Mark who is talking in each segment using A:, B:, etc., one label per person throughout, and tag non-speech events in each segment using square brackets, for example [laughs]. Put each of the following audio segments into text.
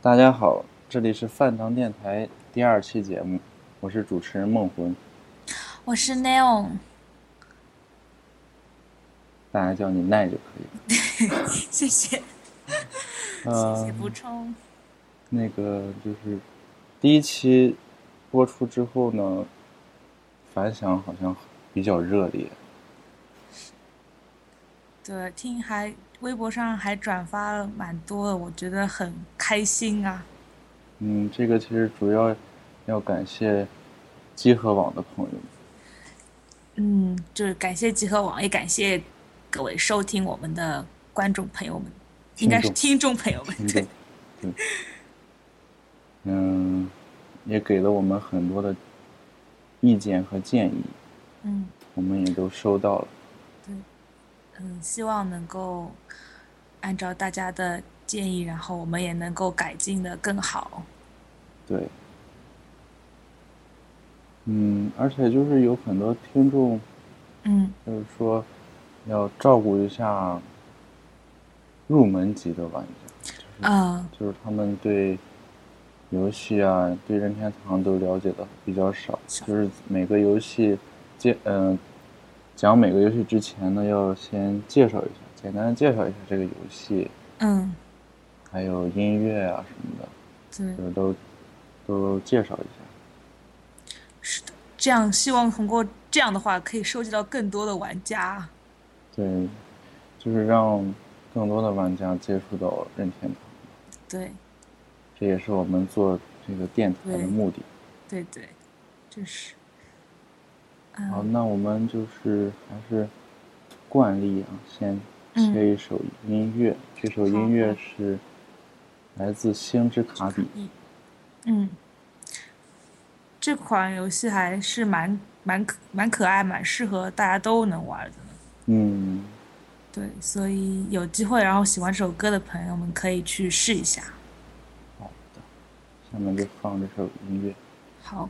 A: 大家好，这里是饭堂电台第二期节目，我是主持人梦魂，
B: 我是 Neon，
A: 大家叫你奈就可以了。
B: 谢谢，谢谢
A: 嗯、
B: 补充。
A: 那个就是第一期播出之后呢，反响好像比较热烈。
B: 对，听还微博上还转发了蛮多的，我觉得很开心啊。
A: 嗯，这个其实主要要感谢集合网的
B: [laughs]
A: 朋友们。
B: 嗯，就是感谢集合网，也感谢各位收听我们的观众朋友们，应该是听众朋友们。
A: 听众，对，嗯，也给了我们很多的意见和建议，
B: [laughs] 嗯
A: 我们也都收到了。
B: 嗯，希望能够按照大家的建议，然后我们也能够改进的更好。
A: 对，嗯，而且就是有很多听众
B: 嗯
A: 就是说要照顾一下入门级的玩家，
B: 啊，
A: 就是他们对游戏啊、对任天堂都了解的比较少，
B: 少
A: 就是每个游戏介嗯、讲每个游戏之前呢，要先介绍一下，简单的介绍一下这个游戏，
B: 嗯，
A: 还有音乐啊什么的，
B: 对。
A: 就是都都介绍一下。
B: 是的，这样希望通过这样的话，可以收集到更多的玩家。啊
A: 对，就是让更多的玩家接触到任天堂，
B: 对
A: 这也是我们做这个电台的
B: 对
A: 目的。
B: 对对，这是，
A: 好，
B: 嗯
A: 那我们就是还是惯例啊，先
B: 嗯
A: 切一首音乐。这首音乐
B: 好
A: 是来自《星之卡比》，
B: 嗯，这款游戏还是蛮蛮可蛮可爱，蛮适合大家都能玩的。
A: 嗯，
B: 对，所以有机会，然后喜欢这首歌的朋友们可以去试一下。
A: 好的，下面就放这首音乐。
B: 好，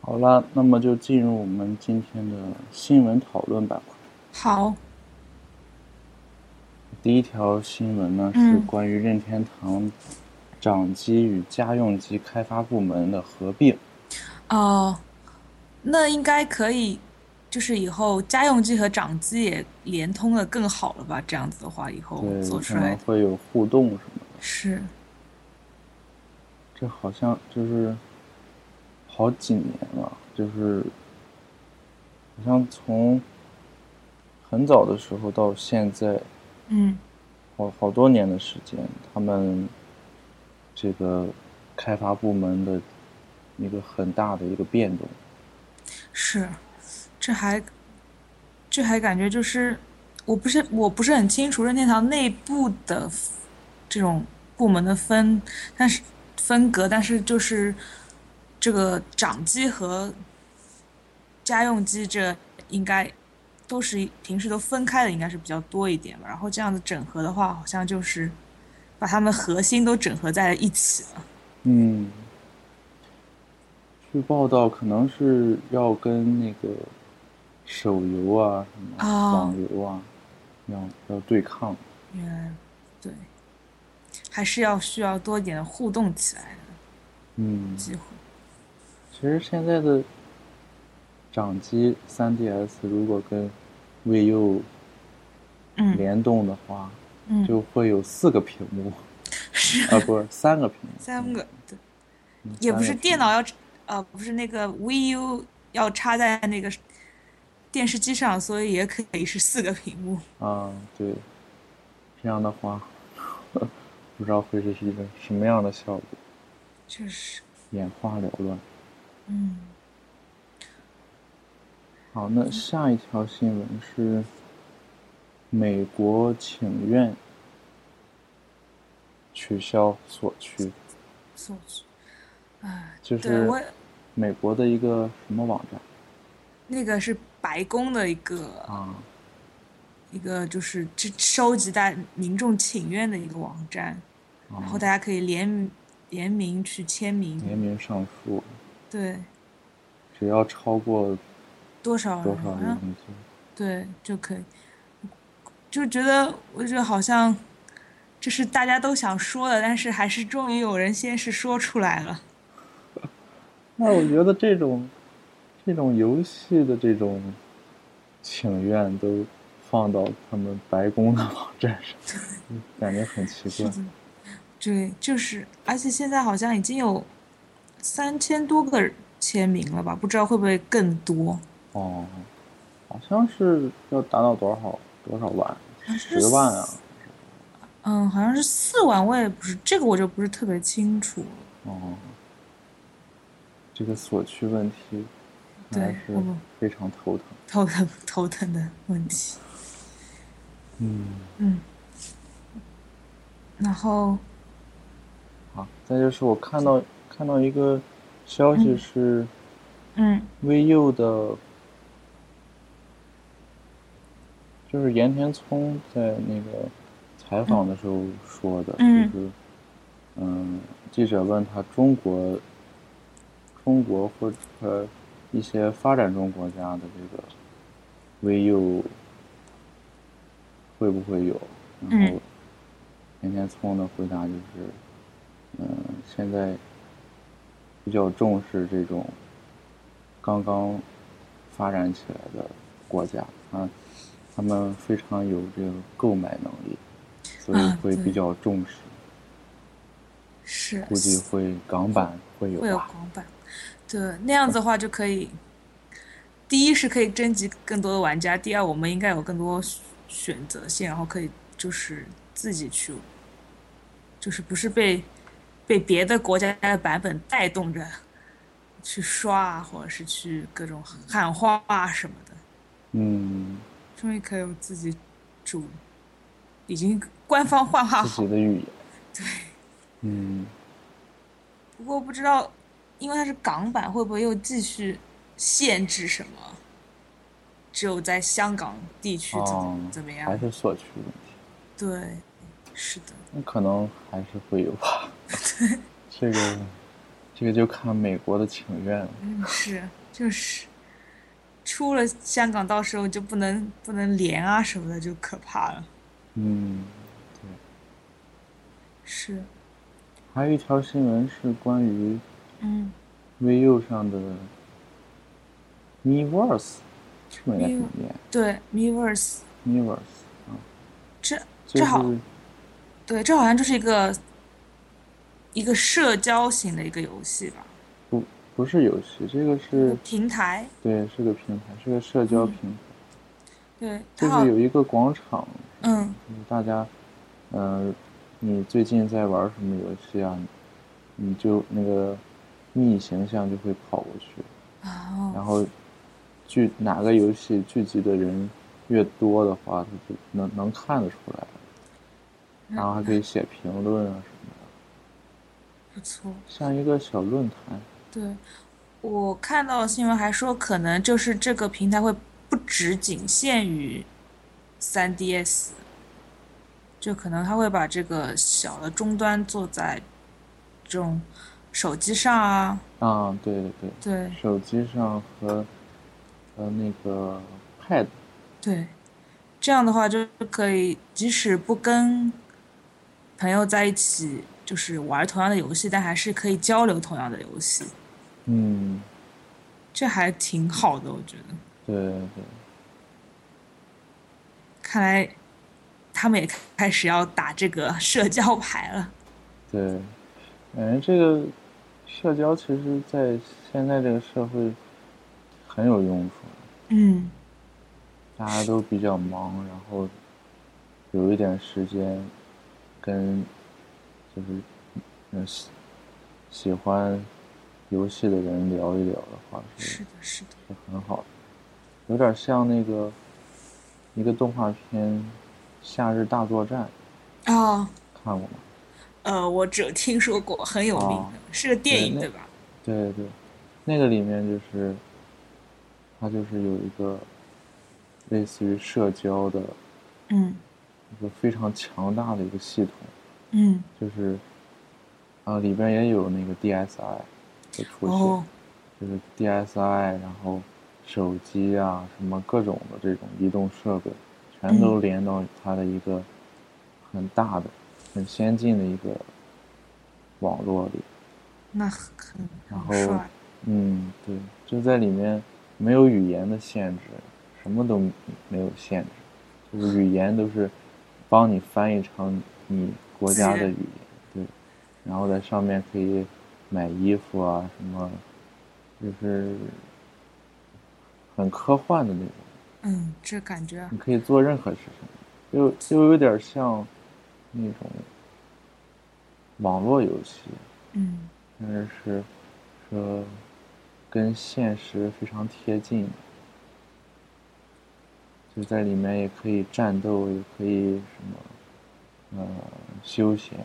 A: 好啦，那么就进入我们今天的新闻讨论板块。
B: 好，
A: 第一条新闻呢是
B: 嗯
A: 关于任天堂掌机与家用机开发部门的合并。
B: 哦，那应该可以，就是以后家用机和掌机也连通的更好了吧？这样子的话，以后
A: 对，
B: 哦做
A: 可
B: 出来
A: 能会有互动什么的。
B: 是，
A: 这好像就是好几年了，就是好像从很早的时候到现在，
B: 嗯
A: 好好多年的时间，他们这个开发部门的一个很大的一个变动。
B: 是，这还这还感觉就是，我不是我不是很清楚任天堂内部的这种部门的分，但是分隔，但是就是这个掌机和家用机这应该都是平时都分开的，应该是比较多一点吧。然后这样子整合的话，好像就是把它们核心都整合在一起了。
A: 嗯，据报道，可能是要跟那个手游啊、什么
B: 哦
A: 网游啊，要要对抗。
B: 原来，对，还是要需要多一点的互动起来的
A: 嗯，
B: 机会。
A: 其实现在的掌机 3DS 如果跟 VU
B: 嗯
A: 联动的话，
B: 嗯，
A: 就会有四个屏幕，
B: [laughs] 是
A: 啊，不是三个屏幕，
B: 三个，对，
A: 嗯
B: 也不是
A: 三个屏幕
B: 电脑要，呃，不是那个 VU 要插在那个电视机上，所以也可以是四个屏幕。
A: 啊，对，这样的话， [laughs] 不知道会是一个什么样的效果，
B: 确实，
A: 眼花缭乱。
B: 嗯，
A: 好，那下一条新闻是美国请愿取消锁区，
B: 所以，啊，
A: 就
B: 对
A: 是
B: 我
A: 美国的一个什么网站
B: 那个是白宫的一个
A: 啊？
B: 一个就是这收集大民众请愿的一个网站，
A: 啊
B: 然后大家可以联联名去签
A: 联
B: 名，
A: 名上诉，
B: 对，
A: 只要超过
B: 多少
A: 多
B: 人
A: 少
B: 啊？
A: 人
B: 对，就可以，就觉得我觉得好像这是大家都想说的，但是还是终于有人先是说出来了。
A: 那我觉得这种这种游戏的这种请愿都放到他们白宫的网站
B: [laughs]
A: 上，感觉很奇怪。
B: 对，就是，而且现在好像已经有三千多个签名了吧？不知道会不会更多？
A: 哦，好像是要达到多少多少万，十万啊！
B: 嗯，好像是四万，我也不是，这个我就不是特别清楚了。
A: 哦，这个锁区问题看来
B: 对，嗯
A: 是
B: 我们
A: 非常头疼。
B: 头疼头疼的问题。
A: 嗯，
B: 嗯，然后，
A: 好，再就是我看到看到一个消息
B: 嗯
A: 是。
B: 嗯
A: VU 的，就是盐田聪在那个采访的时候说的，
B: 嗯
A: 就是，嗯，记者问他中国、中国或者一些发展中国家的这个 VU 会不会有？然后盐田聪的回答就是，嗯，现在比较重视这种刚刚发展起来的国家啊，他们非常有这个购买能力，所以
B: 啊
A: 会比
B: 对
A: 较重视，
B: 是
A: 估计会港版会有
B: 会有
A: 吧？
B: 广版，对，那样子的话就可以，第一是可以征集更多的玩家，第二我们应该有更多选选择性，然后可以就是自己去，就是不是被被别的国家的版本带动着去刷啊，或者是去各种喊话啊什么的，
A: 嗯，
B: 终于可以有自己主，已经官方 [laughs] 幻化
A: 自
B: 好
A: 己的语言，对，嗯，
B: 不过不知道，因为它是港版，会不会又继续限制什么？只有在香港地区怎么、
A: 哦
B: 怎么
A: 还
B: 样？
A: 是所区问题，
B: 对，是的，
A: 那可能还是会有
B: [laughs]
A: 吧。这个，这个就看美国的请愿了。
B: 嗯，是就是，出了香港，到时候就不能不能连啊什么的，就可怕了。
A: 嗯，
B: 是，
A: 还有一条新闻是关于
B: 嗯，
A: VU 上的 Miiverse，是不是应该怎么念
B: 对，Miiverse，
A: ？Miiverse 啊，
B: 这
A: 就
B: 这好
A: 是
B: 对这好像就是一个一个社交型的一个游戏吧，
A: 不不是游戏，这个
B: 一个
A: 是
B: 平台，
A: 对是个平台，是个社交
B: 嗯
A: 平台，
B: 对，它
A: 就
B: 好
A: 是，有一个广场，
B: 嗯
A: 嗯大家，嗯、你最近在玩什么游戏啊？你就那个逆形象就会跑过去，
B: 哦。
A: 然后聚哪个游戏聚集的人越多的话，他就能能看得出来，然后还可以写评论啊什么的，
B: 不错，
A: 像一个小论坛。
B: 对，我看到的新闻还说，可能就是这个平台会不只仅限于 3DS，就可能它会把这个小的终端做在这种手机上啊，
A: 啊，对对对，
B: 对
A: 手机上和和那个 Pad，
B: 对，这样的话就可以，即使不跟朋友在一起，就是玩同样的游戏，但还是可以交流同样的游戏，
A: 嗯，
B: 这还挺好的，我觉得。
A: 对对对，
B: 看来他们也开始要打这个社交牌了。
A: 对，感觉这个社交其实在现在这个社会很有用处，
B: 嗯，
A: 大家都比较忙，然后有一点时间跟就是嗯喜喜欢游戏的人聊一聊的话是
B: 是的，是的，
A: 是很好的，有点像那个一个动画片《夏日大作战》，
B: 哦，
A: 看过吗？
B: 呃，我只有听说过，很有名
A: 哦
B: 的，是个电
A: 对
B: 影
A: 那
B: 对吧？
A: 对对对，那个里面就是，它就是有一个类似于社交的
B: 嗯
A: 一个非常强大的一个系统，
B: 嗯，
A: 就是啊里边也有那个 DSI 的出现，
B: 哦，
A: 就是 DSI，然后手机啊什么各种的这种移动设备，全都连到它的一个很大的、很先进的一个网络里。
B: 那很
A: 然
B: 很
A: 后
B: 帅，，
A: 嗯，对，就在里面没有语言的限制，什么都没有限制，就是语言都是帮你翻译成你国家的语言，对，然后在上面可以买衣服啊，什么，就是很科幻的那种，
B: 嗯，这感觉
A: 你可以做任何事情，就就有点像那种网络游戏，
B: 嗯
A: 但是是说跟现实非常贴近，就在里面也可以战斗，也可以什么，呃，休闲，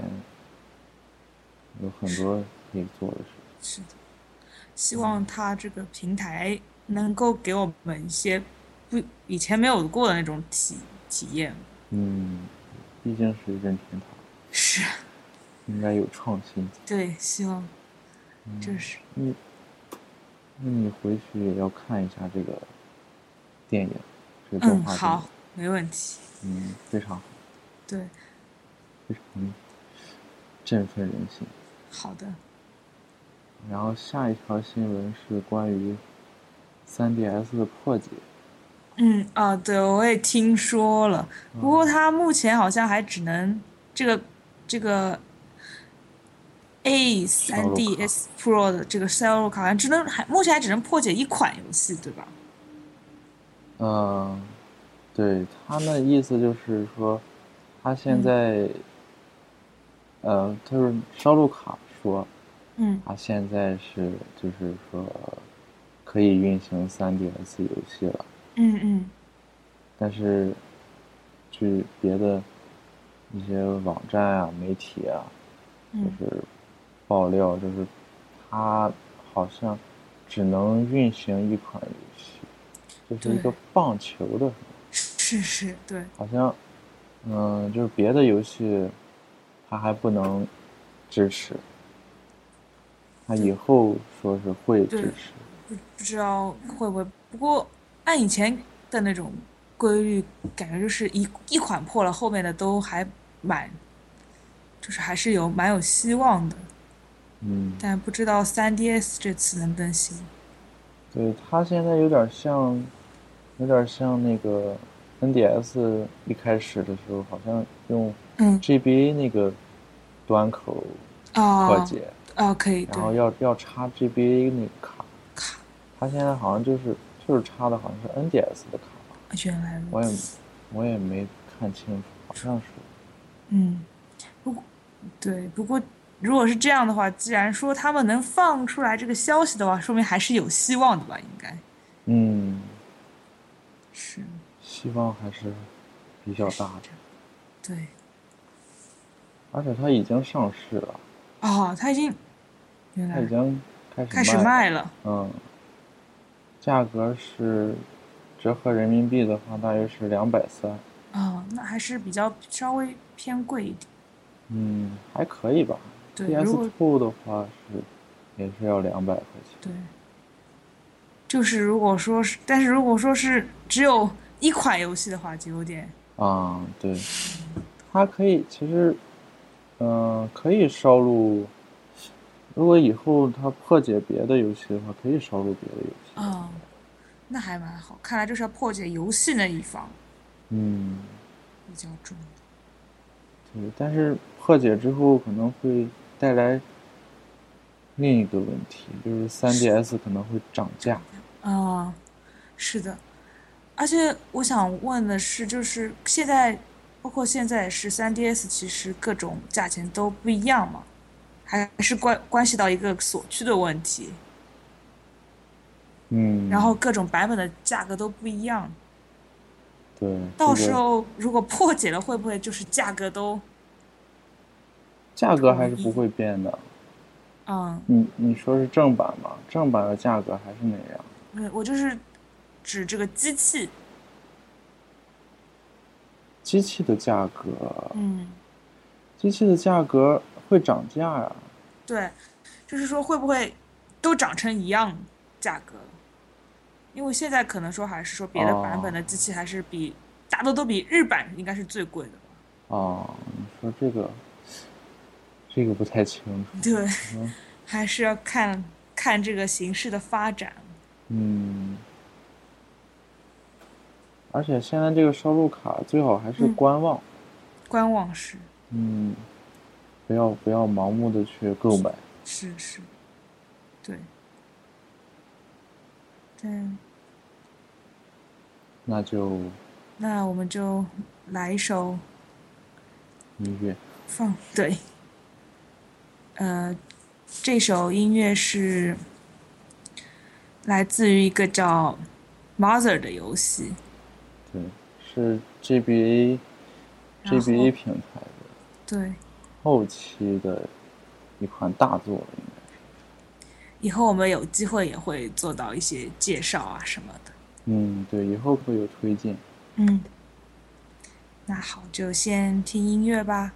A: 有很多可以做的事情。
B: 是的，希望他这个平台能够给我们一些不以前没有过的那种体体验。
A: 嗯，毕竟是任天堂，
B: 是，
A: 应该有创新。
B: 对，希望
A: 嗯
B: 这是
A: 你，那你回去也要看一下这个电影，这个动
B: 嗯
A: 画电影
B: 好，，没问题。
A: 嗯，非常好，
B: 对，
A: 非常振奋人心。
B: 好的，
A: 然后下一条新闻是关于 3DS 的破解。
B: 嗯啊，对，我也听说了，不过他目前好像还只能这个这个 A
A: 销
B: 三
A: 路卡
B: DS Pro 的这个销路卡，好像只能还目前还只能破解一款游戏，对吧？
A: 嗯、对他那意思就是说，他现在，呃，就是烧录卡说，
B: 嗯
A: 他现在是就是说可以运行 3DS 游戏了，
B: 嗯嗯
A: 但是去别的一些网站啊、媒体啊，就
B: 嗯，
A: 是爆料，就是它好像只能运行一款游戏，就是一个
B: 对
A: 棒球的什么，
B: 是是，对，
A: 好像嗯、就是别的游戏它还不能支持，它以后说是会
B: 对
A: 支持，
B: 不不知道会不会，不过按以前的那种规律，感觉就是一一款破了，后面的都还蛮，就是还是有蛮有希望的，
A: 嗯，
B: 但不知道 3DS 这次能更新。
A: 对，它现在有点像，有点像那个 NDS 一开始的时候，好像用
B: 嗯
A: GBA 那个端口破
B: 啊
A: 解。
B: 啊，可以，
A: 然后
B: 对，
A: 要要插 GBA 那个卡，
B: 卡，
A: 他现在好像就是就是插的好像是 NDS 的卡吧，
B: 原来如
A: 我也
B: 此。
A: 我也没看清楚，好像是，
B: 嗯，不过，对，不过如果是这样的话，既然说他们能放出来这个消息的话，说明还是有希望的吧？应该
A: 嗯，
B: 是，
A: 希望还是比较大的，
B: 对。
A: 而且它已经上市了，
B: 哦，他已经，原
A: 它已
B: 来
A: 经开
B: 开
A: 始
B: 始
A: 卖，
B: 卖了。
A: 嗯，价格是折合人民币的话大约是两百三，
B: 哦，那还是比较稍微偏贵一点。
A: 嗯，还可以吧
B: 对，如
A: ，PS
B: 果
A: Two 的话是也是要两百块钱。
B: 对，就是如果说是，但是如果说是只有一款游戏的话，就有点，
A: 啊，对，呃它可以其实，嗯、可以烧录，如果以后他破解别的游戏的话，可以烧入别的游戏。
B: 嗯，那还蛮好。看来就是要破解游戏那一方
A: 嗯，
B: 比较重要。
A: 对。但是破解之后可能会带来另一个问题，就是 3DS 可能会涨价。
B: 啊、是的。而且我想问的是，就是现在，包括现在是 3DS，其实各种价钱都不一样嘛，还是关关系到一个锁区的问题，
A: 嗯，
B: 然后各种版本的价格都不一样。
A: 对，
B: 到
A: 这个
B: 时候如果破解了，会不会就是价格都
A: 价格还是不会变的。
B: 嗯？
A: 你你说是正版吧？正版的价格还是那样。
B: 不是我就是指这个机器，
A: 机器的价格，
B: 嗯，
A: 机器的价格会涨价啊呀、
B: 对，就是说会不会都涨成一样价格了？因为现在可能说还是说别的版本的机器还是比、大多都比日版应该是最贵的吧？ [laughs]
A: 哦，你说这个，这个不太清楚。
B: 对，
A: 嗯
B: 还是要看看这个形势的发展。
A: 嗯，而且现在这个烧录卡最好还是
B: 嗯
A: 观望，
B: 观望是
A: 嗯，不要不要盲目的去购买。
B: 是是，对，对。
A: 那就
B: 那我们就来一首
A: 音乐，
B: 放对，呃，这首音乐是来自于一个叫《Mother》的游戏，
A: 对，是 GBA
B: 然后
A: GBA 平台的
B: 对，
A: 后期的一款大作了，应该。
B: 以后我们有机会也会做到一些介绍啊什么的。
A: 嗯，对，以后会有推荐。
B: 嗯，那好，就先听音乐吧。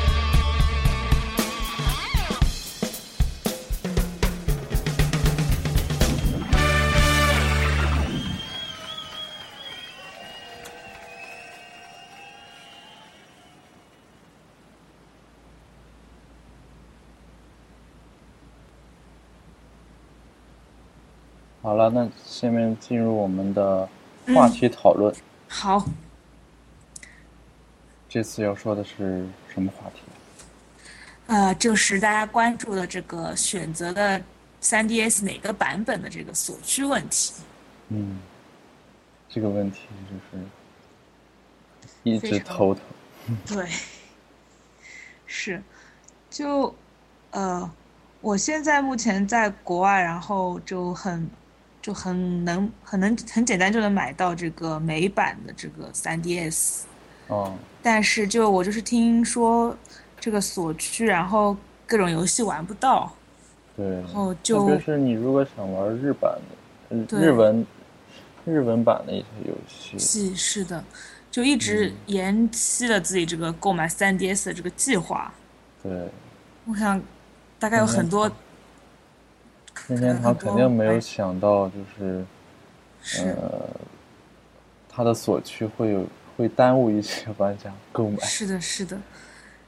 A: 好了，那下面进入我们的话题讨论。
B: 好，
A: 这次要说的是什么话题？
B: 呃，就是大家关注的这个选择的 3DS 哪个版本的这个所需问题。
A: 嗯，这个问题就是一
B: 非
A: 直
B: 常
A: 头疼。
B: 对，是，就呃，我现在目前在国外，然后就很就很能很能很简单就能买到这个美版的这个 3DS，
A: 哦，
B: 但是就我就是听说这个锁区，然后各种游戏玩不到，
A: 对。
B: 然后
A: 特别
B: 就是
A: 你如果想玩日版的、嗯
B: 对
A: 日文、日文版的一些游戏，
B: 是是的，就一直延期了自己这个购买 3DS 的这个计划。
A: 对，
B: 我想，大概有很多
A: 任天堂肯定没有想到，就是
B: 是
A: 它的锁区会有会耽误一些玩家购买。
B: 是的，是的，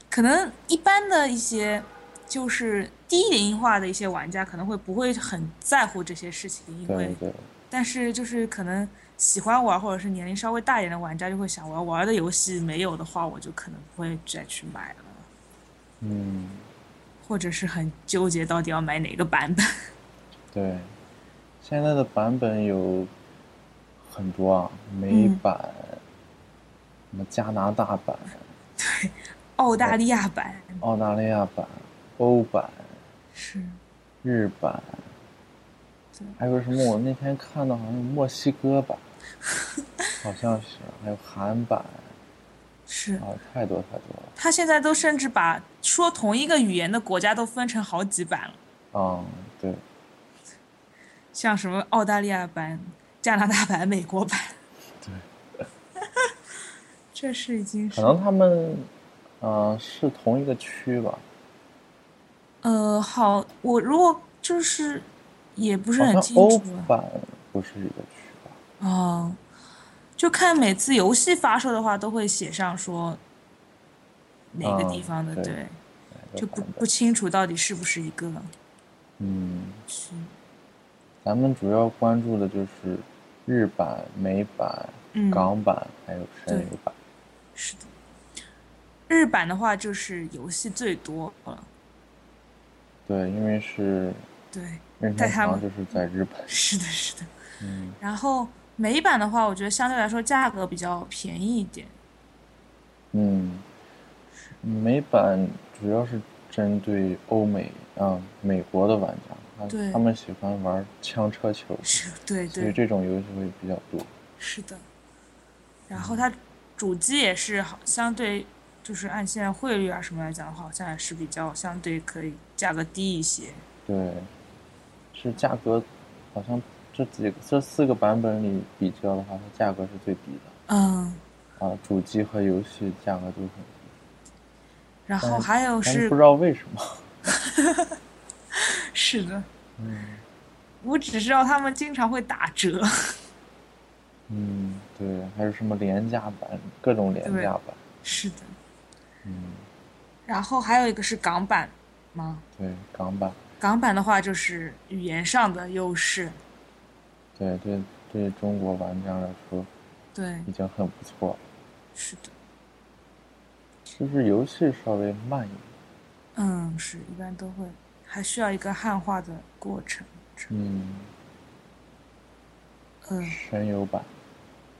B: 可能一般的一些就是低龄化的一些玩家可能会不会很在乎这些事情，因
A: 对
B: 为
A: 对，
B: 但是就是可能喜欢玩或者是年龄稍微大一点的玩家就会想，我要玩的游戏没有的话，我就可能不会再去买了，
A: 嗯，
B: 或者是很纠结到底要买哪个版本。
A: 对，现在的版本有很多啊，美
B: 嗯
A: 版，什么加拿大版、
B: 澳大利亚版
A: 澳大利亚版、欧版、
B: 是，
A: 日版
B: 对，
A: 还有什么？我那天看到好像有墨西哥
B: [laughs]
A: 版，好像是，还有韩版
B: 是，
A: 啊，太多太多了
B: 他现在都甚至把说同一个语言的国家都分成好几版了。
A: 啊、对，
B: 像什么澳大利亚版、加拿大版、美国版。
A: 对，
B: [laughs] 这是已经
A: 可
B: 是
A: 能他们，呃，是同一个区吧？
B: 呃，好，我如果就是也不是
A: 好
B: 很
A: 像
B: 清
A: 欧
B: 楚啊
A: 版不是一个区吧？
B: 哦，就看每次游戏发售的话，都会写上说哪个地
A: 啊
B: 方的，
A: 对
B: 对，
A: 哪个
B: 就不
A: 版
B: 不
A: 本？
B: 清楚到底是不是一个
A: 嗯，
B: 区。
A: 咱们主要关注的就是日版、美版、
B: 嗯，
A: 港版，还有神
B: 对
A: 游版。
B: 是的。日版的话就是游戏最多了，
A: 对，因为是
B: 对，
A: 任
B: 在
A: 天
B: 他
A: 堂
B: 们
A: 就是在日本，
B: [laughs] 是的，是的。
A: 嗯，
B: 然后美版的话，我觉得相对来说价格比较便宜一点。
A: 嗯，美版主要是针对欧美啊美国的玩家，
B: 对
A: 他他们喜欢玩枪车球，
B: 是，对
A: 所以
B: 对，
A: 这种游戏会比较多。
B: 是的。然后它主机也是好，相对就是按现在汇率啊什么来讲的话，好像也是比较相对可以价格低一些。
A: 对，是价格，好像这几个这四个版本里比较的话，它价格是最低
B: 嗯，
A: 的啊，主机和游戏价格都很低，
B: 然后
A: 但
B: 还有
A: 咱们
B: 是
A: 不知道为什么。
B: 是的，
A: 嗯
B: 我只知道他们经常会打折。
A: 嗯，对，还有什么廉价版，各种廉
B: 对
A: 价版，
B: 是的。
A: 嗯，
B: 然后还有一个是港版吗？
A: 对，港版。
B: 港版的话就是语言上的优势，
A: 对对对，中国玩家来说
B: 对，
A: 已经很不错了，
B: 是的。
A: 就是游戏稍微慢一点。
B: 嗯，是，一般都会，还需要一个汉化的过程。
A: 嗯，
B: 嗯，
A: 神游版，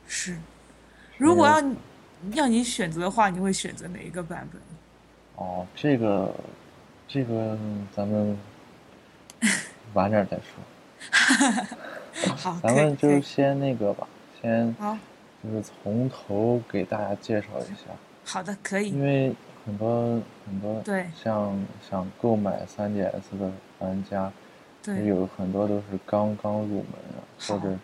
B: 是。如果
A: 有
B: 要你要你选择的话，你会选择哪一个版本？
A: 哦，这个这个咱们晚点儿再说，
B: 好，
A: 啊咱
B: 可以
A: 们
B: 可
A: 就
B: 以
A: 先那个吧，先
B: 好，
A: 就是从头给大家介绍一下，
B: 好的，可
A: 因
B: 以，
A: 为很多很多
B: 对
A: 像想购买 3DS 的玩家，也
B: 对，
A: 有很多都是刚刚入门啊，或者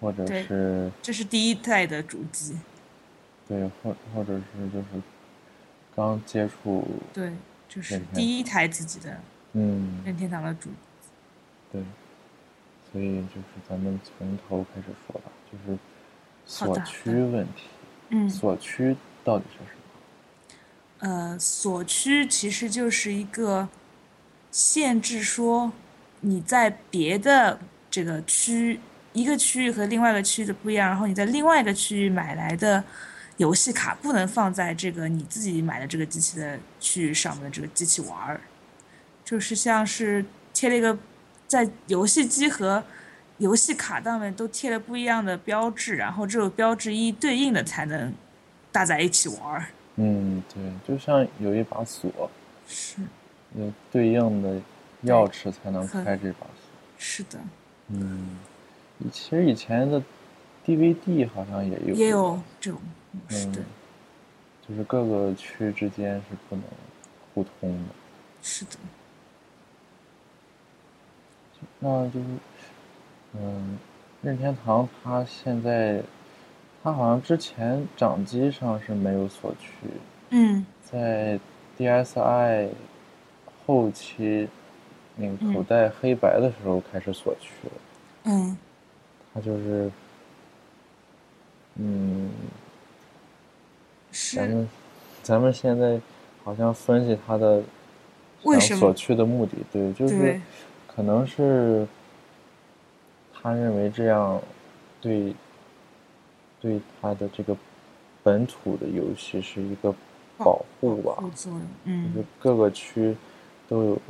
A: 或者
B: 对
A: 是。
B: 这是第一代的主机，
A: 对，或或者是就是刚接触，
B: 对，就是
A: 对对
B: 第一台自己的
A: 嗯，
B: 任天堂的主，
A: 对，所以就是咱们从头开始说吧，就是
B: 好
A: 锁
B: 的好
A: 区
B: 的
A: 问题，
B: 嗯，
A: 锁区到底是什么？
B: 呃，锁区其实就是一个限制，说你在别的这个区一个区域和另外一个区域的不一样，然后你在另外一个区域买来的游戏卡不能放在这个你自己买的这个机器的区域上面的这个机器玩儿，就是像是贴了一个在游戏机和游戏卡上面都贴了不一样的标志，然后只有标志一对应的才能搭在一起玩儿。
A: 嗯，对，就像有一把锁，
B: 是
A: 有对应的钥匙才能
B: 很
A: 开这把锁。
B: 是的，
A: 嗯，其实以前的 DVD 好像也有，
B: 也有这种，嗯是的
A: 嗯，，就是各个区之间是不能互通的。
B: 是的，
A: 那就是，嗯，任天堂它现在，它好像之前掌机上是没有锁区，
B: 嗯
A: 在 DSi 后期那个口袋黑白的时候开始锁区了。
B: 嗯
A: 它就是，嗯，咱
B: 是
A: 们咱们现在好像分析它的
B: 为
A: 想
B: 什
A: 所
B: 么？
A: 去的目的，对，就是
B: 对
A: 可能是他认为这样对对他的这个本土的游戏是一个保护吧，
B: 副作用，
A: 就是
B: 嗯
A: 各个区都有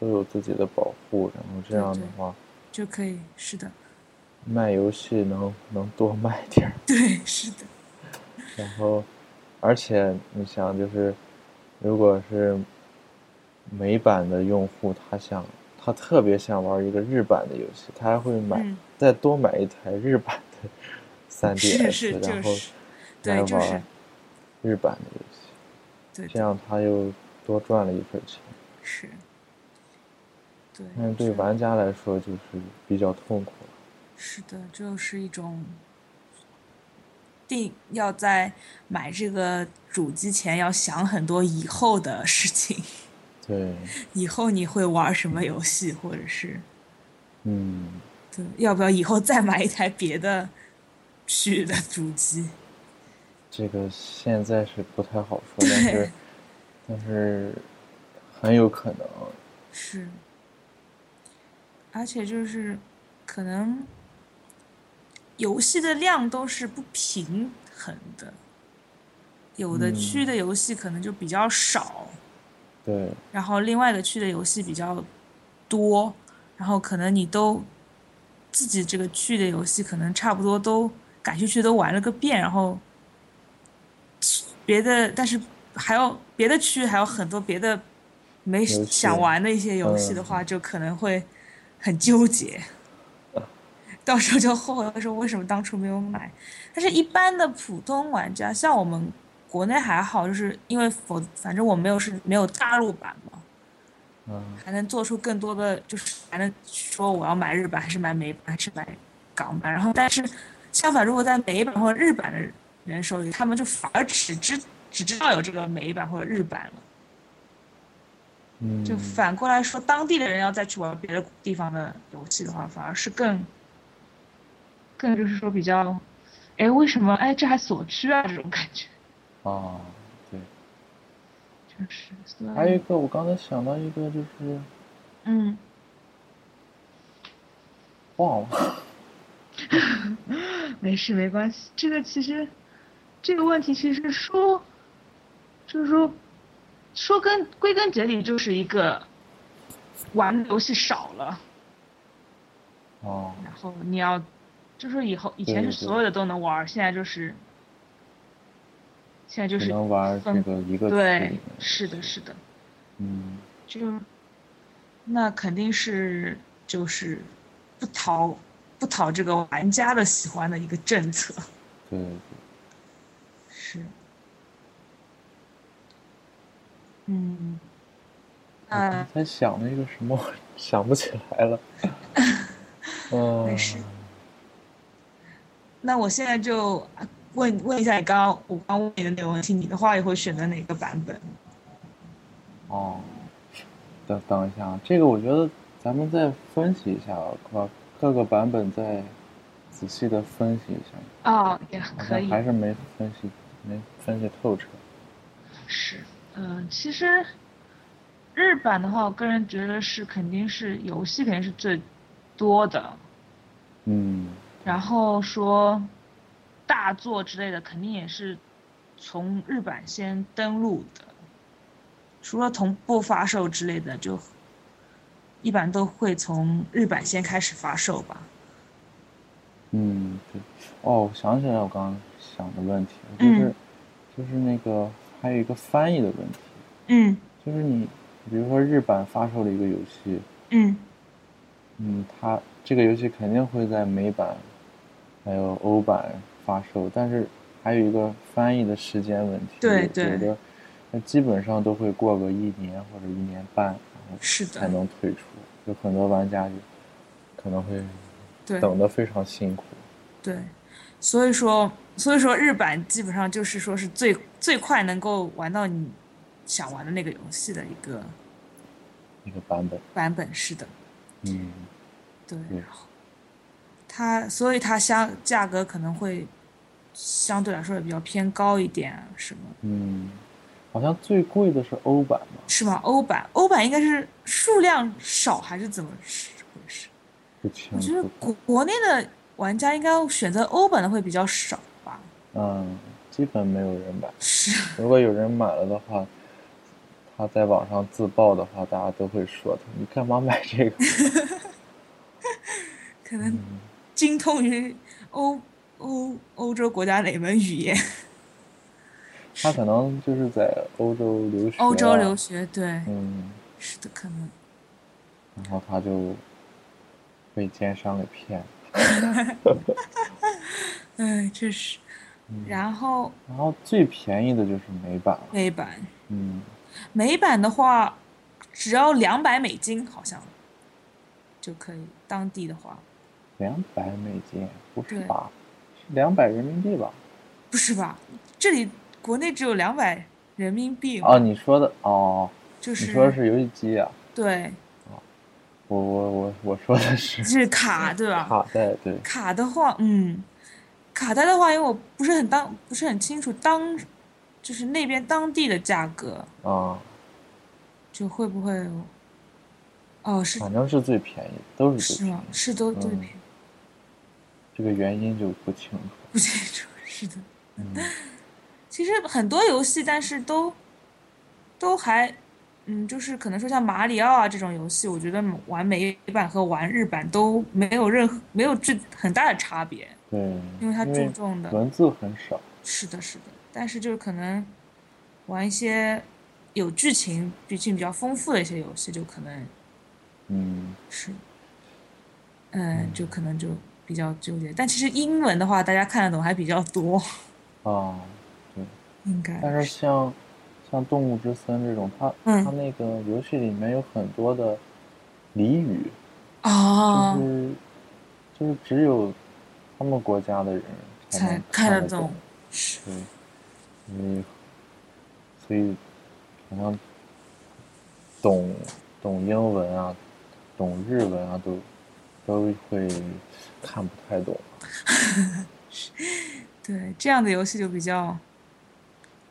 A: 都有自己的保护，然后这
B: 对
A: 样的
B: 对
A: 话
B: 就可以，是的， [laughs]
A: 卖游戏能能多卖点儿，
B: 对，是的，
A: 然后而且你想就是如果是美版的用户，他想他特别想玩一个日版的游戏，他还会买、
B: 嗯
A: 再多买一台日版
B: [laughs]
A: 的 3DS，
B: 是是
A: 然
B: 就
A: 后
B: 是，
A: 来
B: 对，就是
A: 玩日版的游戏，
B: 对
A: 这样他又多赚了一份钱。
B: 是，对，
A: 但是对
B: 是
A: 玩家来说就是比较痛苦了。
B: 是的，就是一种定要在买这个主机前要想很多以后的事情， [laughs]
A: 对，
B: 以后你会玩什么游戏，或者是
A: 嗯，
B: 对，要不要以后再买一台别的区域的主机？
A: 这个现在是不太好说，但
B: [laughs]
A: 是但是很有可能，
B: 是，而且就是可能游戏的量都是不平衡的，有的区
A: 嗯
B: 的游戏可能就比较少，
A: 对。
B: 然后另外的区的游戏比较多，然后可能你都自己这个区的游戏可能差不多都感兴趣都玩了个遍，然后别的但是还有别的区还有很多别的没
A: 游戏
B: 想玩的一些游戏的话，就可能会很纠结。 [laughs] 到时候就后悔说为什么当初没有买，但是一般的普通玩家，像我们国内还好，就是因为否反正我没有是没有大陆版嘛，
A: 嗯
B: 还能做出更多的，就是还能说我要买日版还是买美版还是买港版。然后，但是相反，如果在美版或者日版的人手里，他们就反而只知只知道有这个美版或者日版了。
A: 嗯，
B: 就反过来说，当地的人要再去玩别的地方的游戏的话，反而是更更就是说比较，哎，为什么哎这还锁区啊这种感觉，
A: 啊，对，
B: 就是所
A: 还有一
B: 以
A: 个，我刚才想到一个，就是
B: 嗯，
A: 忘了，
B: 没事，没关系。这个其实，这个问题其实说，就是说，说根归根结底就是一个玩的游戏少了，
A: 哦，
B: 然后你要，就是以后以前
A: 对
B: 是
A: 对
B: 所有的都能玩儿，现在就是，现在就
A: 只
B: 是
A: 能玩这
B: 分
A: 个一个区里
B: 对
A: 面，，
B: 是的，是的，
A: 嗯，
B: 就那肯定是就是不讨不讨这个玩家的喜欢的一个政策。
A: 对，对
B: 是。嗯，
A: 我刚
B: 那
A: 才想了一个什么， [laughs] 我想不起来
B: [laughs]
A: 了，嗯，
B: 没事那我现在就问问一下你刚刚我刚问你的那个问题，你的话也会选择哪个版本？
A: 哦，等等一下啊，这个我觉得咱们再分析一下吧，把各个版本再仔细的分析一下，
B: 哦，也
A: 好像还是没分析，没分析透彻，
B: 是，嗯，其实日版的话，我个人觉得是肯定是游戏肯定是最多的，
A: 嗯，
B: 然后说大作之类的肯定也是从日版先登陆的，除了同步发售之类的，就一般都会从日版先开始发售吧。
A: 嗯，对。哦，我想起来我刚刚想的问题，就是、
B: 嗯
A: 就是那个还有一个翻译的问题，
B: 嗯
A: 就是你比如说日版发售了一个游戏，
B: 嗯
A: 嗯，它这个游戏肯定会在美版还有欧版发售，但是还有一个翻译的时间问题，
B: 对
A: 有
B: 对
A: 有的那基本上都会过个一年或者一年半，然后
B: 是的
A: 才能退出，有很多玩家就可能会
B: 对
A: 等得非常辛苦。
B: 对，所以说所以说日版基本上就是说是最最快能够玩到你想玩的那个游戏的一个
A: 那个版本，
B: 版本，是的。
A: 嗯，
B: 对，
A: 对
B: 然后它所以它相价格可能会相对来说也比较偏高一点啊，什么
A: 嗯，好像最贵的是欧版吧？
B: 是吗？欧版欧版应该是数量少还是怎么是回事？
A: 不清
B: 我觉得
A: 楚。
B: 国国内的玩家应该选择欧版的会比较少吧？
A: 嗯，基本没有人买。
B: 是，
A: 如果有人买了的话，他在网上自爆的话，大家都会说他你干嘛买这个？
B: 可
A: 嗯
B: 能精通于欧欧欧洲国家哪门语言？
A: 他可能就是在欧洲留学、啊
B: 欧洲留。学，对，
A: 嗯，
B: 是的，可能
A: 然后他就被奸商给骗了。
B: 哎，这是，然后
A: 然后最便宜的就是美版了。
B: 美版。
A: 嗯，
B: 美版的话，只要两百美金好像就可以，当地的话
A: 两百美金，不是
B: 对
A: 吧？是两百人民币吧？
B: 不是吧？这里国内只有两百人民币嘛，
A: 哦，你说的哦，
B: 就
A: 你
B: 是
A: 说的是游戏机啊？
B: 对，
A: 我我我我说的是
B: 是卡
A: 嗯
B: 对
A: [laughs]
B: 吧？
A: 卡带，对，
B: 卡的话，嗯，卡带的话，因为我不是很当不是很清楚当就是那边当地的价格，
A: 啊、
B: 就会不会有哦是
A: 反正是最便宜，都是最
B: 是
A: 便宜
B: 吗？。是都对
A: 嗯这个原因就不清楚。
B: 不清楚是的。 [laughs]
A: 嗯，
B: 其实很多游戏，但是都都还，嗯，就是可能说像马里奥啊这种游戏，我觉得玩美版和玩日版都没有任何没有这很大的差别，
A: 对，
B: 因为它注重的
A: 文字很少。
B: 是的，是的，但是就是可能玩一些有剧情、剧情比较丰富的一些游戏，就可能
A: 嗯，
B: 是，嗯、就可能就比较纠结。但其实英文的话，大家看得懂还比较多，
A: 啊，
B: 应该
A: 但是像像《动物之森》这种，它、
B: 嗯
A: 它那个游戏里面有很多的俚语，
B: 啊
A: 就，是、就是只有他们国家的人
B: 才
A: 能
B: 看
A: 看
B: 得
A: 懂
B: 懂。，是。
A: 对，因为嗯所以好像懂懂英文啊，懂日文啊，都都会看不太懂。
B: 对，这样的游戏就比较，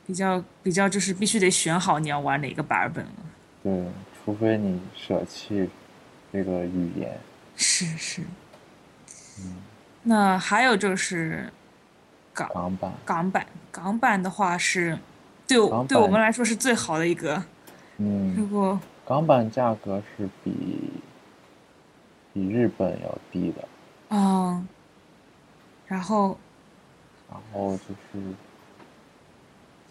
B: 比较比较就是必须得选好你要玩哪个版本了。
A: 对，除非你舍弃这个语言。
B: 是是。那还有就是港
A: 港版，
B: 港版，港版的话是对我
A: 港
B: 对我
A: 版
B: 们来说是最好的一个。如
A: 嗯，
B: 果
A: 港版价格是比比日本要低的，
B: 嗯，然后
A: 然后就是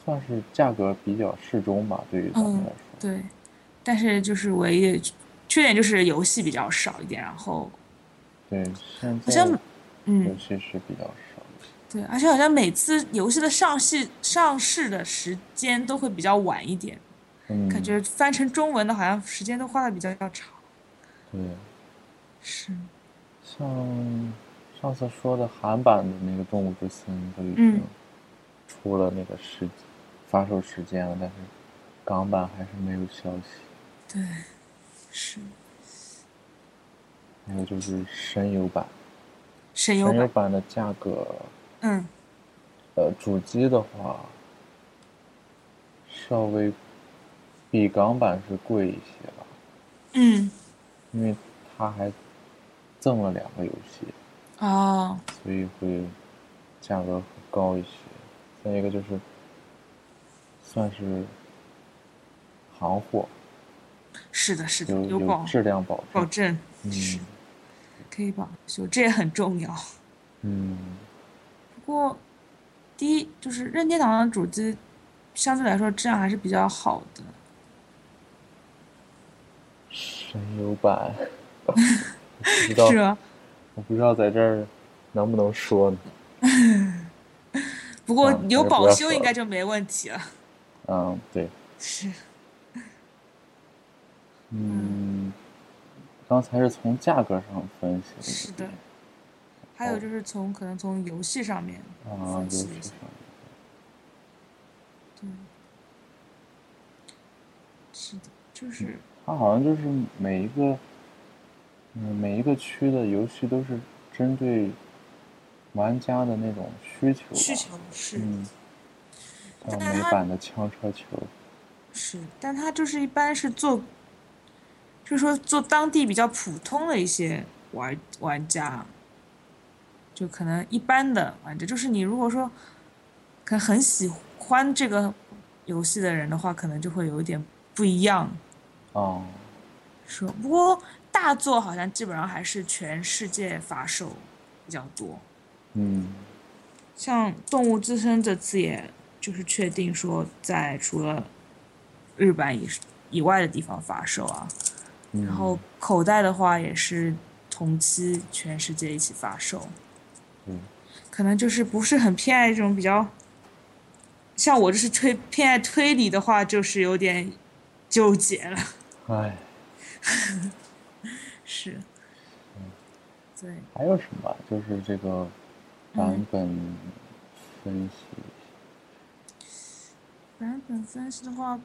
A: 算是价格比较适中吧，对于咱们
B: 嗯
A: 来说。
B: 对，但是就是唯一的缺点就是游戏比较少一点，然后
A: 对，现
B: 好像
A: 在
B: 嗯
A: 游戏是比较少的。
B: 对，而且好像每次游戏的上市上市的时间都会比较晚一点，
A: 嗯，
B: 感觉翻成中文的，好像时间都花的比较长。
A: 对，
B: 是，
A: 像上次说的韩版的那个《动物之森》都已
B: 嗯
A: 经出了那个时、发售时间了，但是港版还是没有消息。
B: 对，是
A: 还有就是神游版，
B: 神游
A: 神游
B: 版，
A: 版的价格，
B: 嗯，
A: 呃，主机的话稍微比港版是贵一些吧，
B: 嗯，
A: 因为它还赠了两个游戏。
B: 哦，
A: 所以会价格会高一些。再一个就是算是行货，
B: 是的，是的，
A: 有
B: 保
A: 质量保
B: 保
A: 证。
B: 证，是
A: 嗯
B: 可以保修，这也很重要。
A: 嗯
B: 不过，第一就是任天堂的主机相对来说质量还是比较好的，
A: 神游
B: [laughs]
A: 版，不知道
B: 是啊吧？
A: 我不知道在这儿能不能说呢。
B: 不过
A: 嗯
B: 有
A: 还是不
B: 保
A: 要
B: 修
A: 说
B: 应
A: 了
B: 该就没问题
A: [laughs]
B: 了。
A: 嗯，对，
B: 是，
A: 嗯，刚才是从价格上分析的，
B: 是的还有就是从可能从游戏上面
A: 啊，
B: 分
A: 游
B: 析
A: 戏
B: 一下
A: 上，
B: 对，是的，就是
A: 它好像就是每一个，嗯，每一个区的游戏都是针对玩家的那种需求吧，
B: 需求是
A: 嗯，像
B: 但
A: 美
B: 它
A: 版的枪车球，
B: 是，但它就是一般是做，就是说做当地比较普通的一些玩玩家，就可能一般的玩家，就是你如果说可能很喜欢这个游戏的人的话，可能就会有一点不一样。
A: 啊，
B: 是，不过大作好像基本上还是全世界发售比较多，
A: 嗯，
B: 像《动物之声》这次也就是确定说在除了日本以以外的地方发售啊，
A: 嗯
B: 然后口袋的话也是同期全世界一起发售。
A: 嗯，
B: 可能就是不是很偏爱这种比较，像我就是推偏爱推理的话，就是有点纠结了。
A: 哎，嗯
B: 是，对，
A: 还有什么？就是这个版
B: 嗯
A: 本分析，
B: 版本分析的话，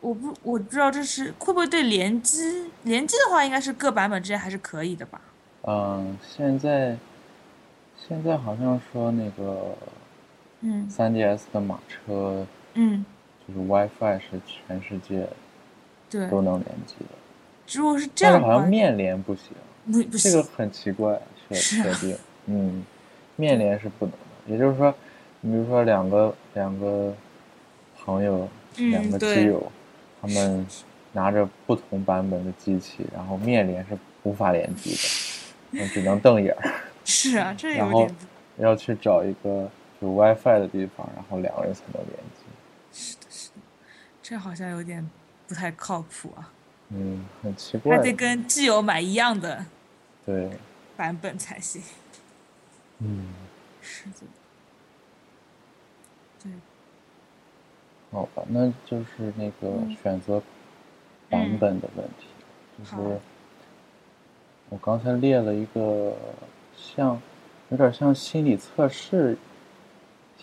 B: 我不我不知道这是会不会对联机，联机的话应该是各版本之间还是可以的吧？
A: 嗯，现在现在好像说那个
B: 嗯
A: 3DS 的马车
B: 嗯，
A: 就是 WiFi 是全世界
B: 对，
A: 都能连接的，
B: 如果是这
A: 嗯但是
B: 样的
A: 好
B: 话
A: 像，面连不行，
B: 不不
A: 这
B: 行，
A: 个很奇怪设
B: 是
A: 设
B: 啊
A: 定，嗯，面连是不能的，也就是说，你比如说两个两个朋友，
B: 嗯
A: 两个基
B: 对
A: 友，他们拿着不同版本的机器，然后面连是无法联机的，只能瞪眼儿，
B: 是啊，这
A: 然
B: 有
A: 后
B: 点不
A: 要去找一个有 WiFi 的地方，然后两个人才能联机，
B: 这好像有点不太靠谱啊，
A: 嗯，很奇怪
B: 还，得跟基友买一样的
A: 对，
B: 版本才行。
A: 嗯，
B: 是的，对，
A: 好吧，那就是那个
B: 嗯
A: 选择版
B: 嗯
A: 本的问题，就
B: 好
A: 是我刚才列了一个像有点像心理测试、